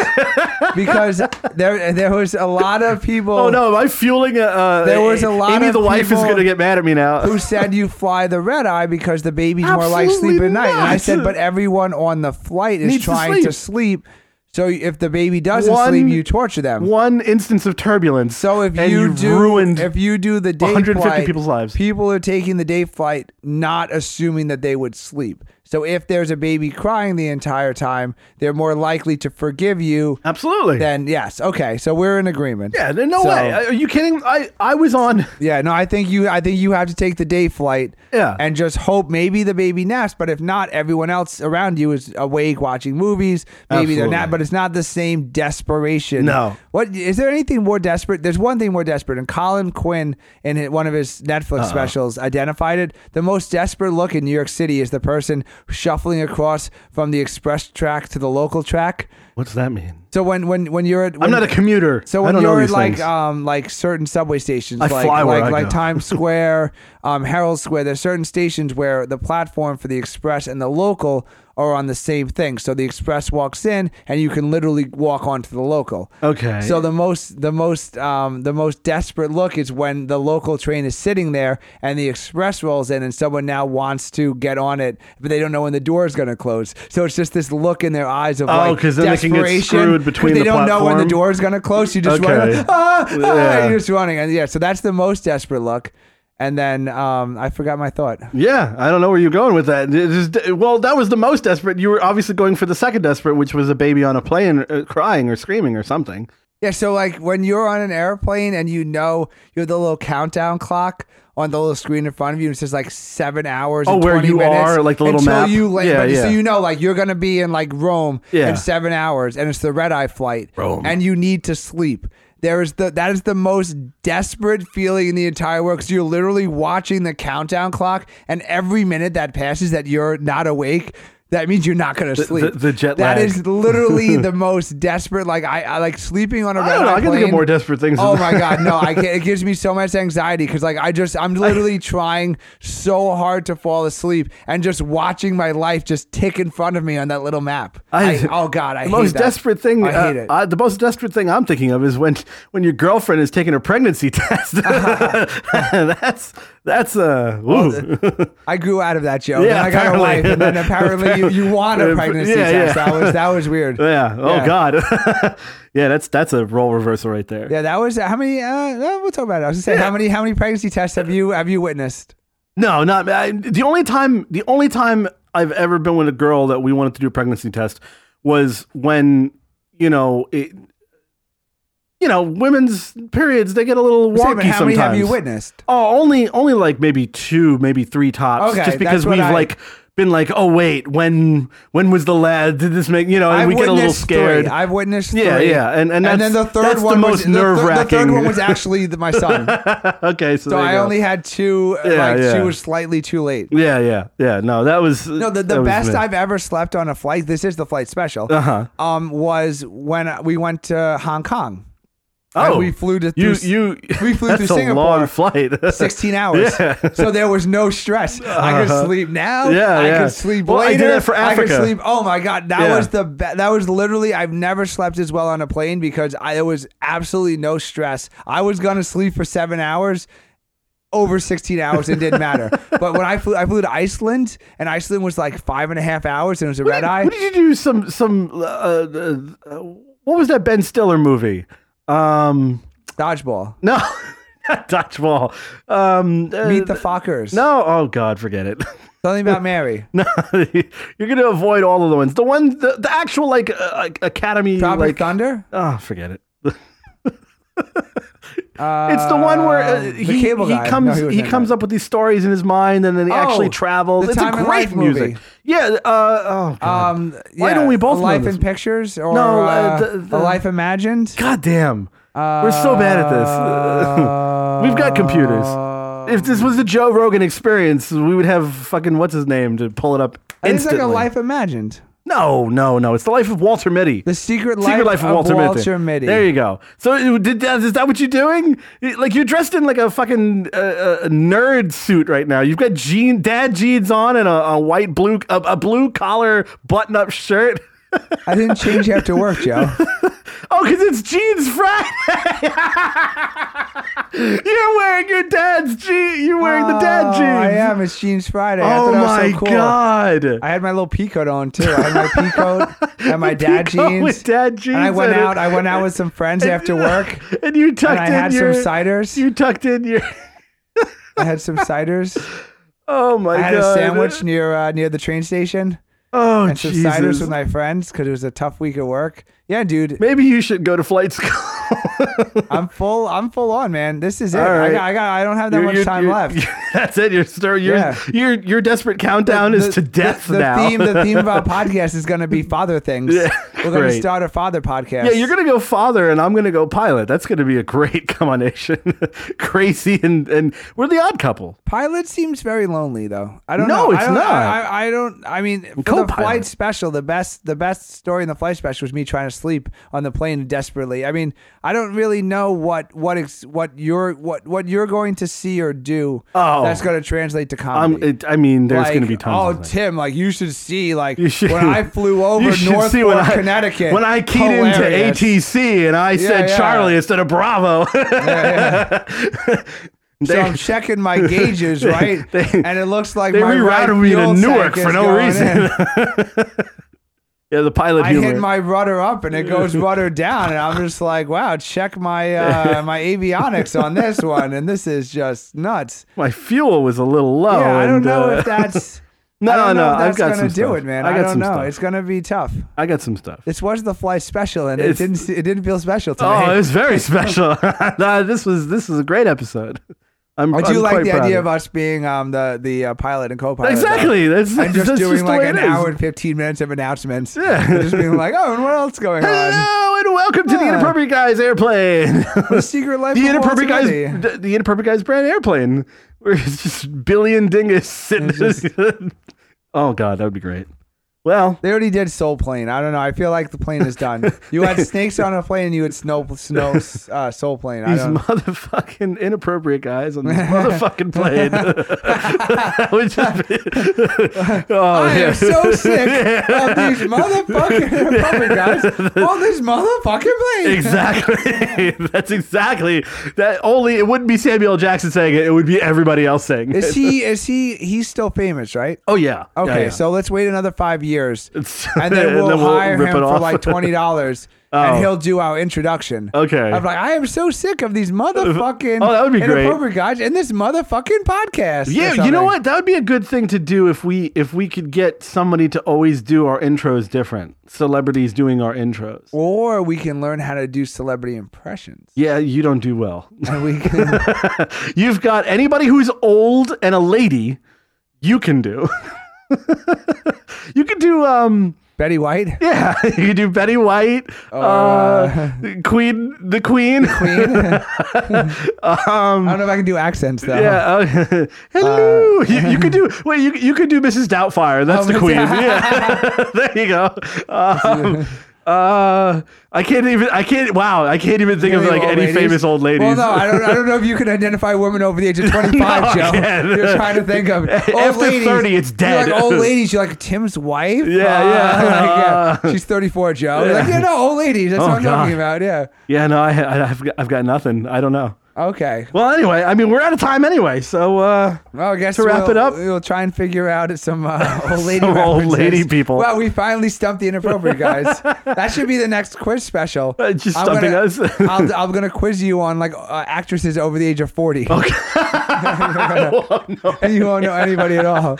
[SPEAKER 2] because there there was a lot of people.
[SPEAKER 1] Oh no! Am I fueling a? Uh,
[SPEAKER 2] There was a lot
[SPEAKER 1] Amy,
[SPEAKER 2] of
[SPEAKER 1] the wife, is
[SPEAKER 2] people
[SPEAKER 1] going to get mad at me now.
[SPEAKER 2] who said you fly the red eye because the baby's more like
[SPEAKER 1] Absolutely
[SPEAKER 2] sleep at night. And I
[SPEAKER 1] not.
[SPEAKER 2] said, but everyone on the flight is
[SPEAKER 1] Needs to
[SPEAKER 2] trying to sleep. So if the baby doesn't
[SPEAKER 1] One-
[SPEAKER 2] sleep, you torture them.
[SPEAKER 1] One instance of turbulence.
[SPEAKER 2] so if
[SPEAKER 1] and
[SPEAKER 2] you, do
[SPEAKER 1] ruined,
[SPEAKER 2] if you do the day
[SPEAKER 1] 150
[SPEAKER 2] flight,
[SPEAKER 1] people's lives.
[SPEAKER 2] people are taking the day flight not assuming that they would sleep. So if there's a baby crying the entire time, they're more likely to forgive you
[SPEAKER 1] absolutely.
[SPEAKER 2] than yes. Okay, so we're in agreement.
[SPEAKER 1] yeah, no
[SPEAKER 2] So-
[SPEAKER 1] way. Are you kidding? I I was on.
[SPEAKER 2] Yeah, no, I think you I think you have to take the day flight
[SPEAKER 1] Yeah.
[SPEAKER 2] and just hope maybe the baby naps, but if not, everyone else around you is awake watching movies. Maybe they're
[SPEAKER 1] Absolutely.
[SPEAKER 2] not, but it's not the same desperation.
[SPEAKER 1] No.
[SPEAKER 2] What is there anything more desperate? There's one thing more desperate, and Colin Quinn in hi- one of his
[SPEAKER 1] Uh-uh.
[SPEAKER 2] Netflix specials identified it. The most desperate look in New York City is the person shuffling across from the express track to the local track.
[SPEAKER 1] What's that mean?
[SPEAKER 2] So when when when you're at when,
[SPEAKER 1] I'm not a commuter.
[SPEAKER 2] so
[SPEAKER 1] I
[SPEAKER 2] when
[SPEAKER 1] don't know
[SPEAKER 2] you're at
[SPEAKER 1] these
[SPEAKER 2] like
[SPEAKER 1] things.
[SPEAKER 2] um like certain subway stations,
[SPEAKER 1] I
[SPEAKER 2] like
[SPEAKER 1] fly where
[SPEAKER 2] like,
[SPEAKER 1] I
[SPEAKER 2] like
[SPEAKER 1] go.
[SPEAKER 2] Times Square, um, Herald Square, there's certain stations where the platform for the express and the local are on the same thing. So the express walks in, and you can literally walk onto the local.
[SPEAKER 1] Okay.
[SPEAKER 2] So the most the most um, the most desperate look is when the local train is sitting there and the express rolls in, and someone now wants to get on it, but they don't know when the door is going to close. So it's just this look in their eyes of
[SPEAKER 1] Oh,
[SPEAKER 2] like
[SPEAKER 1] 'cause then they can get
[SPEAKER 2] desperation,
[SPEAKER 1] screwed
[SPEAKER 2] but
[SPEAKER 1] between
[SPEAKER 2] they
[SPEAKER 1] the
[SPEAKER 2] don't know when the
[SPEAKER 1] platform.
[SPEAKER 2] door is going to close. You just
[SPEAKER 1] Okay.
[SPEAKER 2] run like, ah, ah,"
[SPEAKER 1] Yeah.
[SPEAKER 2] you're just running, and yeah. So that's the most desperate look. And then um, I forgot my thought.
[SPEAKER 1] yeah, I don't know where you're going with that. It is- well, that was the most desperate. You were obviously going for the second desperate, which was a baby on a plane uh, crying or screaming or something.
[SPEAKER 2] Yeah, so like when you're on an airplane and you know you have the little countdown clock on the little screen in front of you, and it says like seven hours.
[SPEAKER 1] Oh,
[SPEAKER 2] and
[SPEAKER 1] where
[SPEAKER 2] 20
[SPEAKER 1] you
[SPEAKER 2] minutes
[SPEAKER 1] are, like the little
[SPEAKER 2] until
[SPEAKER 1] map?
[SPEAKER 2] You land,
[SPEAKER 1] Yeah,
[SPEAKER 2] but- So
[SPEAKER 1] yeah.
[SPEAKER 2] you know, like you're gonna be in like Rome
[SPEAKER 1] Yeah.
[SPEAKER 2] in seven hours, and it's the red eye flight,
[SPEAKER 1] Rome.
[SPEAKER 2] and you need to sleep. There is the that is the most desperate feeling in the entire world because you're literally watching the countdown clock, and every minute that passes that you're not awake. That means you're not going to sleep.
[SPEAKER 1] the- the jet
[SPEAKER 2] That
[SPEAKER 1] lag.
[SPEAKER 2] is literally the most desperate. Like I, I like sleeping on a
[SPEAKER 1] I don't know. I can think of more desperate things.
[SPEAKER 2] Oh
[SPEAKER 1] than
[SPEAKER 2] my god, no! I can't, it gives me so much anxiety because like I just I'm literally trying so hard to fall asleep and just watching my life just tick in front of me on that little map. I,
[SPEAKER 1] I-
[SPEAKER 2] oh god, I
[SPEAKER 1] the
[SPEAKER 2] hate
[SPEAKER 1] most
[SPEAKER 2] that.
[SPEAKER 1] desperate thing.
[SPEAKER 2] I hate
[SPEAKER 1] uh,
[SPEAKER 2] it.
[SPEAKER 1] uh, the most desperate thing I'm thinking of is when when your girlfriend is taking her pregnancy test. that's that's uh. Ooh.
[SPEAKER 2] I grew out of that joke.
[SPEAKER 1] Yeah,
[SPEAKER 2] and I got a
[SPEAKER 1] apparently.
[SPEAKER 2] wife, and then apparently you, you want a
[SPEAKER 1] Yeah,
[SPEAKER 2] pregnancy
[SPEAKER 1] yeah.
[SPEAKER 2] test. That was that was weird.
[SPEAKER 1] yeah. Oh
[SPEAKER 2] Yeah.
[SPEAKER 1] God. yeah, that's that's a role reversal right there.
[SPEAKER 2] Yeah, that was how many. Uh, uh, we'll talk about it. I was gonna say how many how many pregnancy tests have you have you witnessed?
[SPEAKER 1] No, not I, the only time. The only time I've ever been with a girl that we wanted to do a pregnancy test was when you know it. You know, women's periods they get a little
[SPEAKER 2] Say,
[SPEAKER 1] wonky
[SPEAKER 2] but how
[SPEAKER 1] sometimes.
[SPEAKER 2] many have you witnessed?
[SPEAKER 1] Oh, only only like maybe two, maybe three tops.
[SPEAKER 2] Okay,
[SPEAKER 1] just because
[SPEAKER 2] that's what
[SPEAKER 1] we've
[SPEAKER 2] I-
[SPEAKER 1] like been like, oh wait, when when was the lad? Did this make you know? And
[SPEAKER 2] I've
[SPEAKER 1] we get a little
[SPEAKER 2] witnessed
[SPEAKER 1] scared.
[SPEAKER 2] Three. I've witnessed
[SPEAKER 1] Yeah,
[SPEAKER 2] three.
[SPEAKER 1] yeah, and- and
[SPEAKER 2] then
[SPEAKER 1] that's-
[SPEAKER 2] the third
[SPEAKER 1] that's the
[SPEAKER 2] one
[SPEAKER 1] most
[SPEAKER 2] was the thir- The third
[SPEAKER 1] nerve-wracking.
[SPEAKER 2] one was actually the, my son.
[SPEAKER 1] okay, so,
[SPEAKER 2] So
[SPEAKER 1] there you
[SPEAKER 2] I
[SPEAKER 1] go.
[SPEAKER 2] only had two. uh,
[SPEAKER 1] Yeah,
[SPEAKER 2] like she
[SPEAKER 1] yeah.
[SPEAKER 2] was slightly too late.
[SPEAKER 1] Yeah, yeah, yeah. No, that was
[SPEAKER 2] No, the,
[SPEAKER 1] that
[SPEAKER 2] the
[SPEAKER 1] was
[SPEAKER 2] best
[SPEAKER 1] me.
[SPEAKER 2] I've ever slept on a flight. This is the flight special.
[SPEAKER 1] Uh-huh.
[SPEAKER 2] Um, was when I- we went to Hong Kong.
[SPEAKER 1] Oh,
[SPEAKER 2] and we flew to
[SPEAKER 1] you
[SPEAKER 2] through-
[SPEAKER 1] you
[SPEAKER 2] we flew
[SPEAKER 1] that's
[SPEAKER 2] through
[SPEAKER 1] a
[SPEAKER 2] Singapore.
[SPEAKER 1] long flight.
[SPEAKER 2] 16 hours.
[SPEAKER 1] Yeah. Uh-huh.
[SPEAKER 2] So there was no stress. I could sleep now.
[SPEAKER 1] Yeah,
[SPEAKER 2] I
[SPEAKER 1] yeah.
[SPEAKER 2] could sleep
[SPEAKER 1] Well,
[SPEAKER 2] later.
[SPEAKER 1] I did that for
[SPEAKER 2] I could
[SPEAKER 1] Africa.
[SPEAKER 2] sleep. Oh my God. That
[SPEAKER 1] Yeah.
[SPEAKER 2] was the best. That was literally, I've never slept as well on a plane because I, there was absolutely no stress. I was going to sleep for seven hours. Over 16 hours, it didn't matter. but when I flew, I flew to Iceland, and Iceland was like five and a half hours, and it was a red eye.
[SPEAKER 1] What did you do? Some some uh, uh, uh, what was that Ben Stiller movie? Um,
[SPEAKER 2] Dodgeball.
[SPEAKER 1] no, not dodgeball. Um, uh,
[SPEAKER 2] Meet the Fockers.
[SPEAKER 1] no. Oh God, forget it.
[SPEAKER 2] Something about Mary.
[SPEAKER 1] No, you're gonna avoid all of the ones. The one, the, the actual like uh, uh, Academy,
[SPEAKER 2] Tropic
[SPEAKER 1] like
[SPEAKER 2] Thunder?
[SPEAKER 1] oh, forget it.
[SPEAKER 2] Uh,
[SPEAKER 1] It's the one where uh,
[SPEAKER 2] the
[SPEAKER 1] he,
[SPEAKER 2] cable
[SPEAKER 1] he
[SPEAKER 2] guy. No,
[SPEAKER 1] comes
[SPEAKER 2] was
[SPEAKER 1] he,
[SPEAKER 2] in
[SPEAKER 1] comes
[SPEAKER 2] that.
[SPEAKER 1] up with these stories in his mind, and then he
[SPEAKER 2] Oh,
[SPEAKER 1] actually travels.
[SPEAKER 2] the
[SPEAKER 1] It's
[SPEAKER 2] Time
[SPEAKER 1] a
[SPEAKER 2] and
[SPEAKER 1] great
[SPEAKER 2] Life
[SPEAKER 1] music.
[SPEAKER 2] movie.
[SPEAKER 1] Yeah. Uh, oh God.
[SPEAKER 2] Um,
[SPEAKER 1] Why
[SPEAKER 2] yeah,
[SPEAKER 1] don't we both
[SPEAKER 2] A
[SPEAKER 1] know
[SPEAKER 2] life
[SPEAKER 1] this?
[SPEAKER 2] in pictures or
[SPEAKER 1] No, uh,
[SPEAKER 2] uh,
[SPEAKER 1] the- the-
[SPEAKER 2] a life imagined?
[SPEAKER 1] God damn. We're so bad at this. We've got computers.
[SPEAKER 2] Uh,
[SPEAKER 1] if this was the Joe Rogan experience, we would have fucking what's his name to pull it up
[SPEAKER 2] it's like
[SPEAKER 1] instantly.
[SPEAKER 2] a life imagined.
[SPEAKER 1] No, no, no. It's the life of Walter Mitty.
[SPEAKER 2] The Secret Life,
[SPEAKER 1] Secret Life of Walter,
[SPEAKER 2] Walter
[SPEAKER 1] Mitty.
[SPEAKER 2] Mitty.
[SPEAKER 1] There you go. So it- did that, is that what you're doing? It- Like you're dressed in like a fucking uh, uh, nerd suit right now. You've got jean dad jeans on and a, a white blue a, a blue collar button up shirt.
[SPEAKER 2] I didn't change after work, Joe.
[SPEAKER 1] Oh, because it's jeans Friday. you're wearing your dad's jeans. You're wearing the dad
[SPEAKER 2] Oh,
[SPEAKER 1] jeans.
[SPEAKER 2] I am. It's Jeans Friday. I
[SPEAKER 1] Oh
[SPEAKER 2] thought I
[SPEAKER 1] my
[SPEAKER 2] was so cool.
[SPEAKER 1] god.
[SPEAKER 2] I had my little pea coat on too. I had my pea coat and my dad
[SPEAKER 1] peacoat
[SPEAKER 2] jeans.
[SPEAKER 1] with dad jeans
[SPEAKER 2] And I went
[SPEAKER 1] in it.
[SPEAKER 2] out. I went out with some friends after work.
[SPEAKER 1] and you tucked
[SPEAKER 2] And I
[SPEAKER 1] in
[SPEAKER 2] had some
[SPEAKER 1] your
[SPEAKER 2] ciders.
[SPEAKER 1] You tucked in your.
[SPEAKER 2] I had some ciders.
[SPEAKER 1] Oh my
[SPEAKER 2] I had
[SPEAKER 1] god!
[SPEAKER 2] a sandwich near uh, near the train station
[SPEAKER 1] Oh
[SPEAKER 2] and some
[SPEAKER 1] Jesus!
[SPEAKER 2] ciders with my friends because it was a tough week at work. Yeah, dude,
[SPEAKER 1] Maybe you should go to flight school.
[SPEAKER 2] I'm full. I'm full on, man. This is it.
[SPEAKER 1] All right.
[SPEAKER 2] I, got, I got. I don't have that
[SPEAKER 1] You're-
[SPEAKER 2] much
[SPEAKER 1] you're-
[SPEAKER 2] time
[SPEAKER 1] you're-
[SPEAKER 2] left.
[SPEAKER 1] that's it. Your story. Your
[SPEAKER 2] Yeah.
[SPEAKER 1] your your desperate countdown is to death
[SPEAKER 2] the
[SPEAKER 1] now.
[SPEAKER 2] Theme, the theme of our podcast is going to be father things.
[SPEAKER 1] Yeah,
[SPEAKER 2] We're going to
[SPEAKER 1] great.
[SPEAKER 2] start a father podcast.
[SPEAKER 1] yeah, you're gonna go father, and I'm gonna go pilot. That's gonna be a great combination. Crazy and and we're the odd couple.
[SPEAKER 2] Pilot seems very lonely, though. I don't
[SPEAKER 1] No,
[SPEAKER 2] know.
[SPEAKER 1] it's
[SPEAKER 2] I don't,
[SPEAKER 1] not.
[SPEAKER 2] I, I- I don't. I mean, for the
[SPEAKER 1] Co-pilot.
[SPEAKER 2] flight special, the best, the best story in the flight special was me trying to sleep on the plane desperately. I mean, I don't really know what what ex, what you're what what you're going to see or do
[SPEAKER 1] Oh.
[SPEAKER 2] that's going to translate to comedy.
[SPEAKER 1] Um, it, I mean, there's
[SPEAKER 2] Like,
[SPEAKER 1] gonna be tons.
[SPEAKER 2] Oh,
[SPEAKER 1] of that.
[SPEAKER 2] Tim, like you should see, like
[SPEAKER 1] You should-
[SPEAKER 2] when I flew over
[SPEAKER 1] you should
[SPEAKER 2] North
[SPEAKER 1] see when I,
[SPEAKER 2] Connecticut.
[SPEAKER 1] When I keyed
[SPEAKER 2] hilarious.
[SPEAKER 1] into ATC and I said
[SPEAKER 2] yeah.
[SPEAKER 1] Charlie instead of Bravo.
[SPEAKER 2] So
[SPEAKER 1] They-
[SPEAKER 2] I'm checking my gauges, right?
[SPEAKER 1] They-
[SPEAKER 2] and it looks like
[SPEAKER 1] they
[SPEAKER 2] my right
[SPEAKER 1] rerouted me to
[SPEAKER 2] fuel
[SPEAKER 1] Newark
[SPEAKER 2] tank is
[SPEAKER 1] for no
[SPEAKER 2] going
[SPEAKER 1] reason.
[SPEAKER 2] in.
[SPEAKER 1] yeah, the pilot
[SPEAKER 2] I
[SPEAKER 1] humor.
[SPEAKER 2] hit my rudder up and it goes rudder down, and I'm just like, wow, check my uh, my avionics on this one, and this is just nuts.
[SPEAKER 1] My fuel was a little low.
[SPEAKER 2] yeah, I don't
[SPEAKER 1] and,
[SPEAKER 2] know
[SPEAKER 1] uh,
[SPEAKER 2] if that's.
[SPEAKER 1] No,
[SPEAKER 2] I don't
[SPEAKER 1] no,
[SPEAKER 2] know if
[SPEAKER 1] I've
[SPEAKER 2] that's
[SPEAKER 1] got
[SPEAKER 2] gonna
[SPEAKER 1] some
[SPEAKER 2] do
[SPEAKER 1] stuff.
[SPEAKER 2] it, man.
[SPEAKER 1] I
[SPEAKER 2] I,
[SPEAKER 1] got
[SPEAKER 2] don't
[SPEAKER 1] some
[SPEAKER 2] know.
[SPEAKER 1] stuff.
[SPEAKER 2] It's gonna be tough.
[SPEAKER 1] I got some stuff.
[SPEAKER 2] This was the fly special, and it
[SPEAKER 1] It's-
[SPEAKER 2] didn't it didn't feel special to
[SPEAKER 1] Oh,
[SPEAKER 2] me.
[SPEAKER 1] it was very special. Nah, this was this was a great episode. I'm.
[SPEAKER 2] I
[SPEAKER 1] I'm
[SPEAKER 2] do like
[SPEAKER 1] quite
[SPEAKER 2] the
[SPEAKER 1] proud
[SPEAKER 2] idea of
[SPEAKER 1] it.
[SPEAKER 2] us being um, the the uh, pilot and co-pilot. though.
[SPEAKER 1] exactly. That's,
[SPEAKER 2] and just
[SPEAKER 1] that's
[SPEAKER 2] doing
[SPEAKER 1] just the
[SPEAKER 2] like
[SPEAKER 1] way
[SPEAKER 2] an
[SPEAKER 1] it is.
[SPEAKER 2] hour and 15 minutes of announcements. And just being like, oh, and what else going on?
[SPEAKER 1] Hello and welcome to the
[SPEAKER 2] Yeah.
[SPEAKER 1] inappropriate guys airplane.
[SPEAKER 2] The secret life
[SPEAKER 1] the
[SPEAKER 2] of
[SPEAKER 1] inappropriate
[SPEAKER 2] Walter
[SPEAKER 1] guys,
[SPEAKER 2] Mitty.
[SPEAKER 1] the, the inappropriate guys brand airplane, where it's just Billy and Dingus sitting. oh God, that would be great. Well,
[SPEAKER 2] They already did Soul Plane. I don't know. I feel like the plane is done. You had snakes on a plane. You had snow, snow, uh, Soul Plane. I
[SPEAKER 1] these
[SPEAKER 2] don't.
[SPEAKER 1] motherfucking inappropriate guys on this motherfucking plane. that would just be. oh,
[SPEAKER 2] I
[SPEAKER 1] yeah.
[SPEAKER 2] am so sick of these motherfucking inappropriate guys on this motherfucking plane.
[SPEAKER 1] Exactly. That's exactly that. Only it wouldn't be Samuel L. Jackson saying it; it would be everybody else saying it.
[SPEAKER 2] Is he? Is he? He's still famous, right?
[SPEAKER 1] Oh yeah. Yeah,
[SPEAKER 2] Okay,
[SPEAKER 1] yeah.
[SPEAKER 2] so let's wait another five years,
[SPEAKER 1] It's-
[SPEAKER 2] and then we'll hire
[SPEAKER 1] rip
[SPEAKER 2] him
[SPEAKER 1] it
[SPEAKER 2] for
[SPEAKER 1] off.
[SPEAKER 2] like twenty dollars, and
[SPEAKER 1] Oh.
[SPEAKER 2] he'll do our introduction.
[SPEAKER 1] Okay.
[SPEAKER 2] I'm like, I am so sick of these motherfucking
[SPEAKER 1] Oh, that would be great.
[SPEAKER 2] inappropriate guys in this motherfucking podcast. or
[SPEAKER 1] Yeah, you know
[SPEAKER 2] something.
[SPEAKER 1] what? That would be a good thing to do if we if we could get somebody to always do our intros different. Celebrities doing our intros.
[SPEAKER 2] Or we can learn how to do celebrity impressions.
[SPEAKER 1] Yeah, you don't do well.
[SPEAKER 2] And we can,
[SPEAKER 1] You've got anybody who's old and a lady, you can do. you could do um
[SPEAKER 2] Betty White,
[SPEAKER 1] yeah, you could do Betty White, uh, Queen the Queen.
[SPEAKER 2] Queen. I don't know if I can do accents though.
[SPEAKER 1] Um, Yeah. uh, hello. you, you could do wait. You you could do Mrs. Doubtfire. That's
[SPEAKER 2] Oh,
[SPEAKER 1] the
[SPEAKER 2] Mrs.
[SPEAKER 1] queen. Yeah. there you go. Um, uh, I can't even. I can't. Wow. I can't even think of
[SPEAKER 2] Really
[SPEAKER 1] like
[SPEAKER 2] old
[SPEAKER 1] any
[SPEAKER 2] ladies?
[SPEAKER 1] famous old ladies.
[SPEAKER 2] Well, no, I don't. I don't know if you can identify women over the age of twenty-five,
[SPEAKER 1] No, I
[SPEAKER 2] Joe.
[SPEAKER 1] can't.
[SPEAKER 2] You're trying to think of old
[SPEAKER 1] After
[SPEAKER 2] ladies.
[SPEAKER 1] 30, it's dead.
[SPEAKER 2] You're like old ladies. You're like Tim's wife.
[SPEAKER 1] Yeah,
[SPEAKER 2] Uh,
[SPEAKER 1] yeah.
[SPEAKER 2] like, yeah. She's thirty-four, Joe. You're Like, yeah, no, old ladies. That's
[SPEAKER 1] Oh,
[SPEAKER 2] what I'm talking
[SPEAKER 1] God.
[SPEAKER 2] about. Yeah.
[SPEAKER 1] yeah. No. I, I I've got, I've got nothing. I don't know.
[SPEAKER 2] Okay.
[SPEAKER 1] Well, anyway. I mean, we're out of time anyway. So. uh
[SPEAKER 2] Well, I guess
[SPEAKER 1] To wrap
[SPEAKER 2] we'll,
[SPEAKER 1] it up?
[SPEAKER 2] we'll try and figure out some uh, old lady
[SPEAKER 1] Some old
[SPEAKER 2] references.
[SPEAKER 1] lady people.
[SPEAKER 2] Well, we finally stumped the inappropriate guys. that should be the next quiz special.
[SPEAKER 1] Uh, just
[SPEAKER 2] I'm
[SPEAKER 1] stumping
[SPEAKER 2] gonna-
[SPEAKER 1] us?
[SPEAKER 2] I'll, I'm gonna quiz you on like uh, actresses over the age of forty. Okay. and you won't know anybody at all.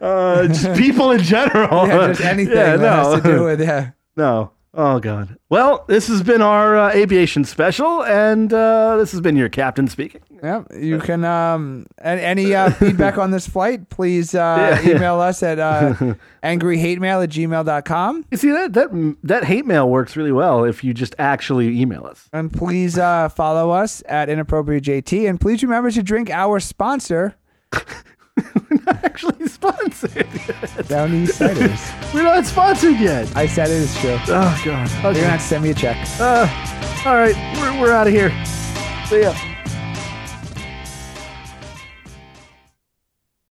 [SPEAKER 1] Uh, just people in general.
[SPEAKER 2] Yeah, just anything
[SPEAKER 1] Yeah,
[SPEAKER 2] that
[SPEAKER 1] no.
[SPEAKER 2] has to do with yeah.
[SPEAKER 1] No. Oh, God. Well, this has been our uh, aviation special, and uh, this has been your captain speaking.
[SPEAKER 2] Yeah, you can. Um, and any uh, feedback on this flight, please uh,
[SPEAKER 1] Yeah.
[SPEAKER 2] email us at uh, angryhatemail at gmail.com.
[SPEAKER 1] You see that that that hate mail works really well if you just actually email us.
[SPEAKER 2] And please uh, follow us at inappropriate JT. And please remember to drink our sponsor.
[SPEAKER 1] actually sponsored. yet.
[SPEAKER 2] Down East Ciders.
[SPEAKER 1] We're not sponsored yet.
[SPEAKER 2] I said it is true.
[SPEAKER 1] Oh god.
[SPEAKER 2] You're
[SPEAKER 1] Okay.
[SPEAKER 2] gonna have to send me a check.
[SPEAKER 1] Uh, all right, we're, we're out of here. See ya.